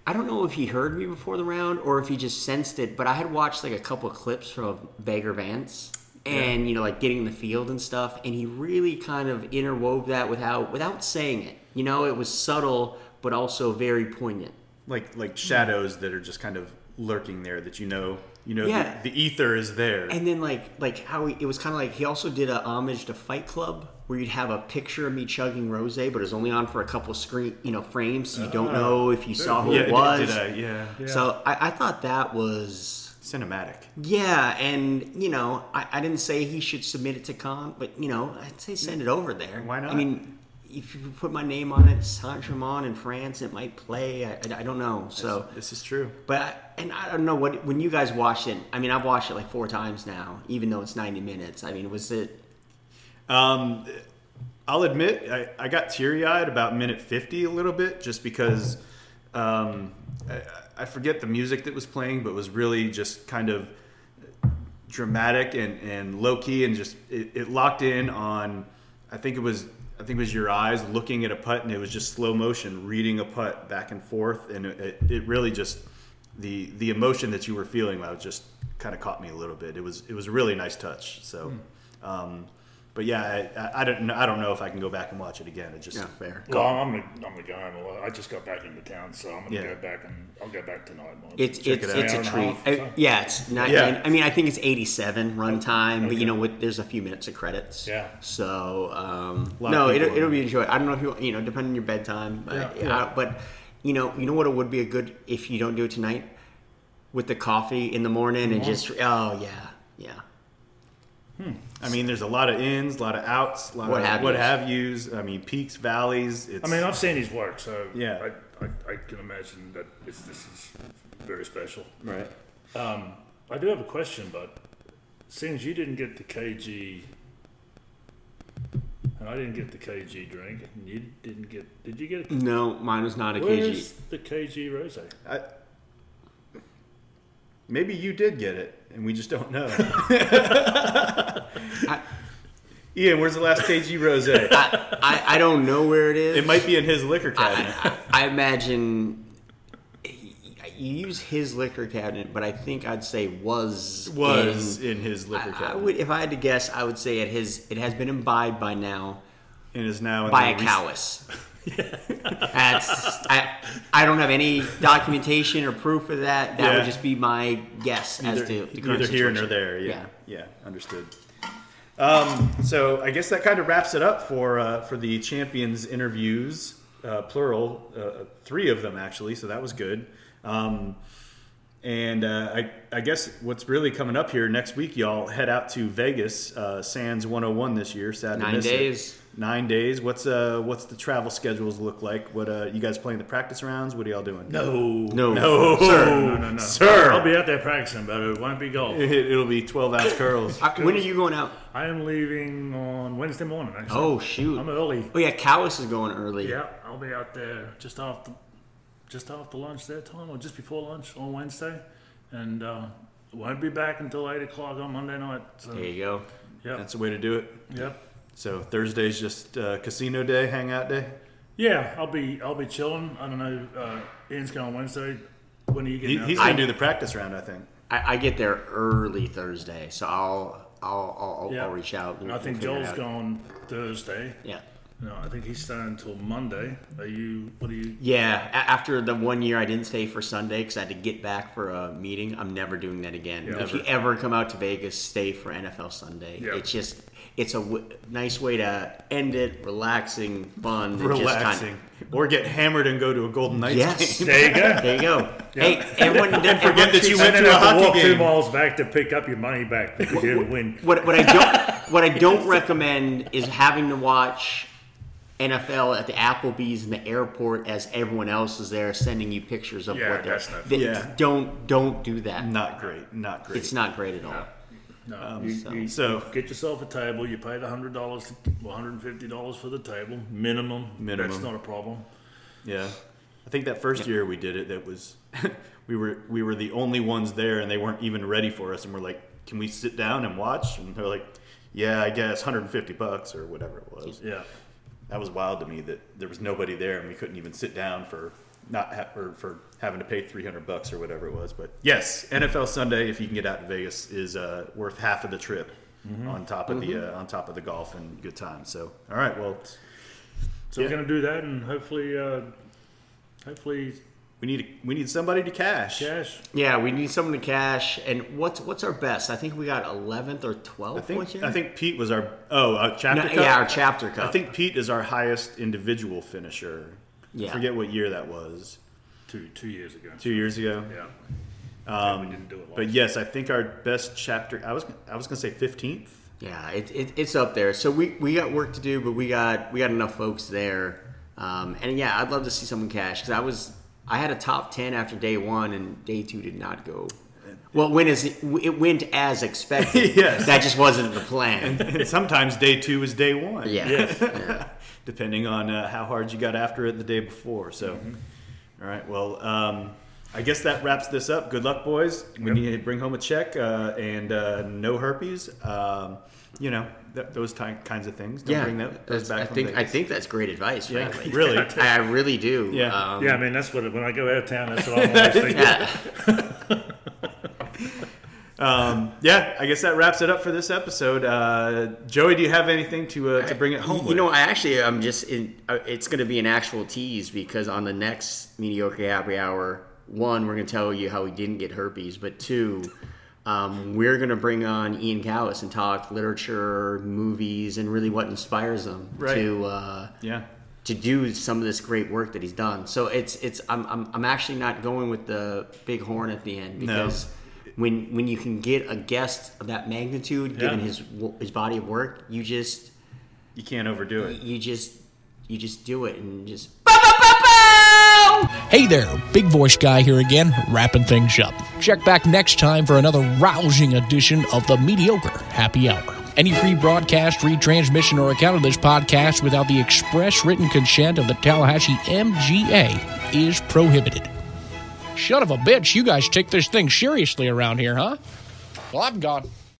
[SPEAKER 3] I don't know if he heard me before the round or if he just sensed it, but I had watched like a couple of clips from Beggar Vance and you know like getting in the field and stuff, and he really kind of interwove that without without saying it. You know, it was subtle but also very poignant.
[SPEAKER 2] Like like shadows that are just kind of lurking there that you know you know
[SPEAKER 3] Yeah.
[SPEAKER 2] the, the ether is there.
[SPEAKER 3] And then like like how he, it was kind of like he also did a homage to Fight Club where you'd have a picture of me chugging rosé, but it was only on for a couple screen you know frames, so you don't
[SPEAKER 2] Ah,
[SPEAKER 3] know if you saw who
[SPEAKER 2] yeah,
[SPEAKER 3] it
[SPEAKER 2] did-
[SPEAKER 3] was.
[SPEAKER 2] did I- yeah,
[SPEAKER 3] So I, I thought that was
[SPEAKER 2] cinematic.
[SPEAKER 3] yeah, and you know I, I didn't say he should submit it to Khan, but you know I'd say send it over there.
[SPEAKER 2] Why not?
[SPEAKER 3] I mean, if you put my name on it, Saint Germain in France, it might play. I, I, I don't know. So,
[SPEAKER 2] This is true.
[SPEAKER 3] but I, and I don't know what when you guys watched it. I mean, I've watched it like four times now, even though it's ninety minutes. I mean, was it?
[SPEAKER 2] Um, I'll admit, I, I got teary eyed about minute 50 a little bit just because um, I, I forget the music that was playing, but was really just kind of dramatic and, and low key and just it, it locked in on. I I think it was I think it was your eyes looking at a putt, and it was just slow motion reading a putt back and forth, and it, it really just the the emotion that you were feeling I was just kind of caught me a little bit. It was it was a really nice touch. So,
[SPEAKER 3] Hmm.
[SPEAKER 2] um, but yeah, I, I, I don't know, I don't know if I can go back and watch it again. It just
[SPEAKER 3] Yeah, fair.
[SPEAKER 4] Well, I'm gonna I'm gonna go home. Well, I just got back into town, so I'm gonna
[SPEAKER 2] Yeah.
[SPEAKER 4] go back and I'll go back tonight. Mike.
[SPEAKER 3] It's
[SPEAKER 4] Check
[SPEAKER 3] it's
[SPEAKER 4] it out.
[SPEAKER 3] it's
[SPEAKER 4] Hour
[SPEAKER 3] a treat.
[SPEAKER 4] and half,
[SPEAKER 3] I,
[SPEAKER 4] so-
[SPEAKER 3] yeah, it's not.
[SPEAKER 2] Yeah.
[SPEAKER 3] I mean, I think it's 87 runtime, but
[SPEAKER 4] Okay.
[SPEAKER 3] you know what? There's a few minutes of credits.
[SPEAKER 4] Yeah.
[SPEAKER 3] So
[SPEAKER 2] lot of
[SPEAKER 3] um, no,
[SPEAKER 2] people
[SPEAKER 3] it'll,
[SPEAKER 2] in
[SPEAKER 3] it'll
[SPEAKER 2] there.
[SPEAKER 3] be enjoyed. I don't know if you you know, depending on your bedtime, but,
[SPEAKER 4] Yeah, yeah.
[SPEAKER 3] I, but you know, you know what? It would be a good if you don't do it tonight with the coffee in the morning and just oh yeah yeah
[SPEAKER 2] I mean, there's a lot of ins, a lot of outs, a lot
[SPEAKER 3] What
[SPEAKER 2] of
[SPEAKER 3] have
[SPEAKER 2] what
[SPEAKER 3] yous.
[SPEAKER 2] have yous. I mean, peaks, valleys. It's,
[SPEAKER 4] I mean, I've seen his work, so
[SPEAKER 2] Yeah.
[SPEAKER 4] I, I, I can imagine that it's, this is very special.
[SPEAKER 2] right.
[SPEAKER 4] I do have a question, bud. Seeing as you didn't get the KG, and I didn't get the KG drink, and you didn't get, did you get? A,
[SPEAKER 3] no mine was not a KG
[SPEAKER 4] where's the KG rose?
[SPEAKER 2] I, maybe you did get it, and we just don't know. Ian, where's the last KG rose? it
[SPEAKER 3] I, I I don't know where it is
[SPEAKER 2] might be in his liquor cabinet.
[SPEAKER 3] I, I imagine you use his liquor cabinet, but I think I'd say was
[SPEAKER 2] was
[SPEAKER 3] in-
[SPEAKER 2] in his liquor
[SPEAKER 3] mm-hmm. I, I
[SPEAKER 2] cabinet.
[SPEAKER 3] would, if I had to guess, I would say it has it has been imbibed by now
[SPEAKER 2] and is now in
[SPEAKER 3] by a
[SPEAKER 2] the rec-
[SPEAKER 3] cowis. That's I, I don't have any documentation or proof of that. That
[SPEAKER 2] Yeah.
[SPEAKER 3] would just be my guess as to the current
[SPEAKER 2] Neither here
[SPEAKER 3] situation.
[SPEAKER 2] nor there. Yeah.
[SPEAKER 3] Yeah.
[SPEAKER 2] Yeah. understood. Um, so I guess that kind of wraps it up for uh, for the champions interviews, uh, plural, uh, three of them actually. So that was good. Um, and uh, I, I guess what's really coming up here next week, y'all head out to Vegas, uh, Sands 101 this year. Sad to
[SPEAKER 3] Nine
[SPEAKER 2] miss it.
[SPEAKER 3] days.
[SPEAKER 2] Nine days. What's uh what's the travel schedules look like? What uh you guys playing the practice rounds? What are y'all doing?
[SPEAKER 4] No,
[SPEAKER 3] No,
[SPEAKER 2] no, sir,
[SPEAKER 4] no, no, no,
[SPEAKER 2] sir.
[SPEAKER 4] I'll be out there practicing, but it won't be golf.
[SPEAKER 2] It'll be 12 ounce curls.
[SPEAKER 3] Uh, when are you going out?
[SPEAKER 4] I am leaving on Wednesday morning. Actually.
[SPEAKER 3] Oh shoot!
[SPEAKER 4] I'm early.
[SPEAKER 3] Oh yeah, Cowis is going early.
[SPEAKER 4] Yeah, I'll be out there just after, just after lunch their time, or just before lunch on Wednesday, and uh, won't be back until eight o'clock on Monday night. So,
[SPEAKER 3] There you go.
[SPEAKER 4] yep,
[SPEAKER 2] That's the way to do it.
[SPEAKER 4] yep,
[SPEAKER 2] So Thursday's just uh, casino day, hangout day.
[SPEAKER 4] yeah. I'll be, I'll be chilling. I don't know. Uh, Ian's going Wednesday. When are you getting
[SPEAKER 2] He,
[SPEAKER 4] out?
[SPEAKER 2] he's
[SPEAKER 4] there?
[SPEAKER 2] gonna do the practice round, I think.
[SPEAKER 3] I, I get there early Thursday, so I'll I'll I'll, I'll reach out.
[SPEAKER 4] And I think
[SPEAKER 3] figure it
[SPEAKER 4] Joel's
[SPEAKER 3] out.
[SPEAKER 4] gone Thursday.
[SPEAKER 3] Yeah,
[SPEAKER 4] No, I think he's staying until Monday. Are you? What are you?
[SPEAKER 3] yeah. A- after the one year I didn't stay for Sunday because I had to get back for a meeting. I'm never doing that again. if you ever come out to Vegas, stay for NFL Sunday.
[SPEAKER 4] Yeah.
[SPEAKER 3] It's just it's a w- nice way to end it, relaxing, fun, and just kinda-
[SPEAKER 2] Relaxing, or get hammered and go to a Golden Knights
[SPEAKER 3] Yes.
[SPEAKER 2] game.
[SPEAKER 4] There you go.
[SPEAKER 3] There you go. Hey, everyone, forget
[SPEAKER 2] Forget that you went
[SPEAKER 4] And
[SPEAKER 2] to
[SPEAKER 4] then
[SPEAKER 2] a
[SPEAKER 4] have to
[SPEAKER 2] hockey
[SPEAKER 4] walk two
[SPEAKER 2] game.
[SPEAKER 4] miles back to pick up your money back that you didn't win.
[SPEAKER 3] What what I don't what I don't recommend is having to watch NFL at the Applebee's in the airport as everyone else is there sending you pictures of
[SPEAKER 4] Yeah,
[SPEAKER 3] what they're.
[SPEAKER 4] that's not-
[SPEAKER 3] Th-
[SPEAKER 2] Yeah.
[SPEAKER 3] Don't don't do that.
[SPEAKER 2] Not great. Not great.
[SPEAKER 3] It's not great at all.
[SPEAKER 4] No, you,
[SPEAKER 3] so-
[SPEAKER 4] you-
[SPEAKER 2] Um, So-
[SPEAKER 4] you get yourself a table. You paid hundred dollars, one hundred and fifty dollars for the table minimum.
[SPEAKER 2] Minimum.
[SPEAKER 4] That's not a problem.
[SPEAKER 2] Yeah. I think that first year we did it, that was we were we were the only ones there, and they weren't even ready for us. And we're like, "Can we sit down and watch?" And they're like, "Yeah, I guess 150 bucks or whatever it was."
[SPEAKER 4] Yeah,
[SPEAKER 2] That was wild to me that there was nobody there, and we couldn't even sit down for not ha- or for having to pay 300 bucks or whatever it was. But yes, NFL Sunday, if you can get out to Vegas, is uh, worth half of the trip on top of the uh, on top of the golf and good time. So all right, well,
[SPEAKER 4] so
[SPEAKER 2] Yeah.
[SPEAKER 4] we're gonna do that, and hopefully, uh, hopefully,
[SPEAKER 2] we need we need somebody to cash.
[SPEAKER 4] cash.
[SPEAKER 3] Yeah, we need someone to cash. And what's what's our best? I think we got eleventh or twelfth.
[SPEAKER 2] I think I think Pete was our oh uh, chapter cup.
[SPEAKER 3] yeah, our chapter cup.
[SPEAKER 2] I think Pete is our highest individual finisher.
[SPEAKER 3] Yeah.
[SPEAKER 2] I forget what year that was.
[SPEAKER 4] Two two years ago.
[SPEAKER 2] Two years ago.
[SPEAKER 4] Yeah. Um, we didn't do it.
[SPEAKER 2] But
[SPEAKER 4] last-
[SPEAKER 2] yes, I think our best chapter. I was I was gonna say fifteenth.
[SPEAKER 3] Yeah, it, it, it's up there. So we, we got work to do, but we got we got enough folks there. Um, and yeah, I'd love to see someone cash because I was I had a top ten after day one, and day two did not go. Well, when is it, it went as expected?
[SPEAKER 2] Yes.
[SPEAKER 3] that just wasn't the plan.
[SPEAKER 2] and sometimes day two is day one.
[SPEAKER 3] Yeah,
[SPEAKER 4] Yes.
[SPEAKER 3] Mm-hmm.
[SPEAKER 2] depending on uh, how hard you got after it the day before. So, all right, well, um, I guess that wraps this up. Good luck, boys. We need to bring home a check uh, and uh, no herpes. Um, you know th- those ty- kinds of things. Don't bring that, those
[SPEAKER 3] that's-
[SPEAKER 2] back.
[SPEAKER 3] I
[SPEAKER 2] from
[SPEAKER 3] think I
[SPEAKER 2] Vegas.
[SPEAKER 3] think that's great advice.
[SPEAKER 2] Yeah,
[SPEAKER 3] Frankly,
[SPEAKER 2] really.
[SPEAKER 3] I, I really do.
[SPEAKER 2] Yeah.
[SPEAKER 3] um,
[SPEAKER 4] Yeah, I mean that's what when I go out of town, that's what I'm always thinking.
[SPEAKER 3] yeah.
[SPEAKER 2] Um, yeah, I guess that wraps it up for this episode. Uh, Joey, do you have anything to uh, to bring it home?
[SPEAKER 3] You
[SPEAKER 2] with?
[SPEAKER 3] know, I actually, I'm just in. uh, It's going to be an actual tease because on the next mediocre happy hour, one, we're going to tell you how we didn't get herpes, but two, um, we're going to bring on Ian Callis and talk literature, movies, and really what inspires them
[SPEAKER 2] Right.
[SPEAKER 3] to uh,
[SPEAKER 2] yeah,
[SPEAKER 3] to do some of this great work that he's done. So it's it's I'm I'm, I'm actually not going with the big horn at the end because when when you can get a guest of that magnitude, given
[SPEAKER 4] Yeah.
[SPEAKER 3] his wo- his body of work, you just
[SPEAKER 2] you can't overdo it.
[SPEAKER 3] you just you just do it and just
[SPEAKER 1] Hey there, Big Voice Guy here again, wrapping things up. Check back next time for another rousing edition of the Mediocre Happy Hour. Any rebroadcast, retransmission, or account of this podcast without the express written consent of the Tallahassee MGA is prohibited. Shut of a bitch, you guys take this thing seriously around here, huh? Well, I'm gone.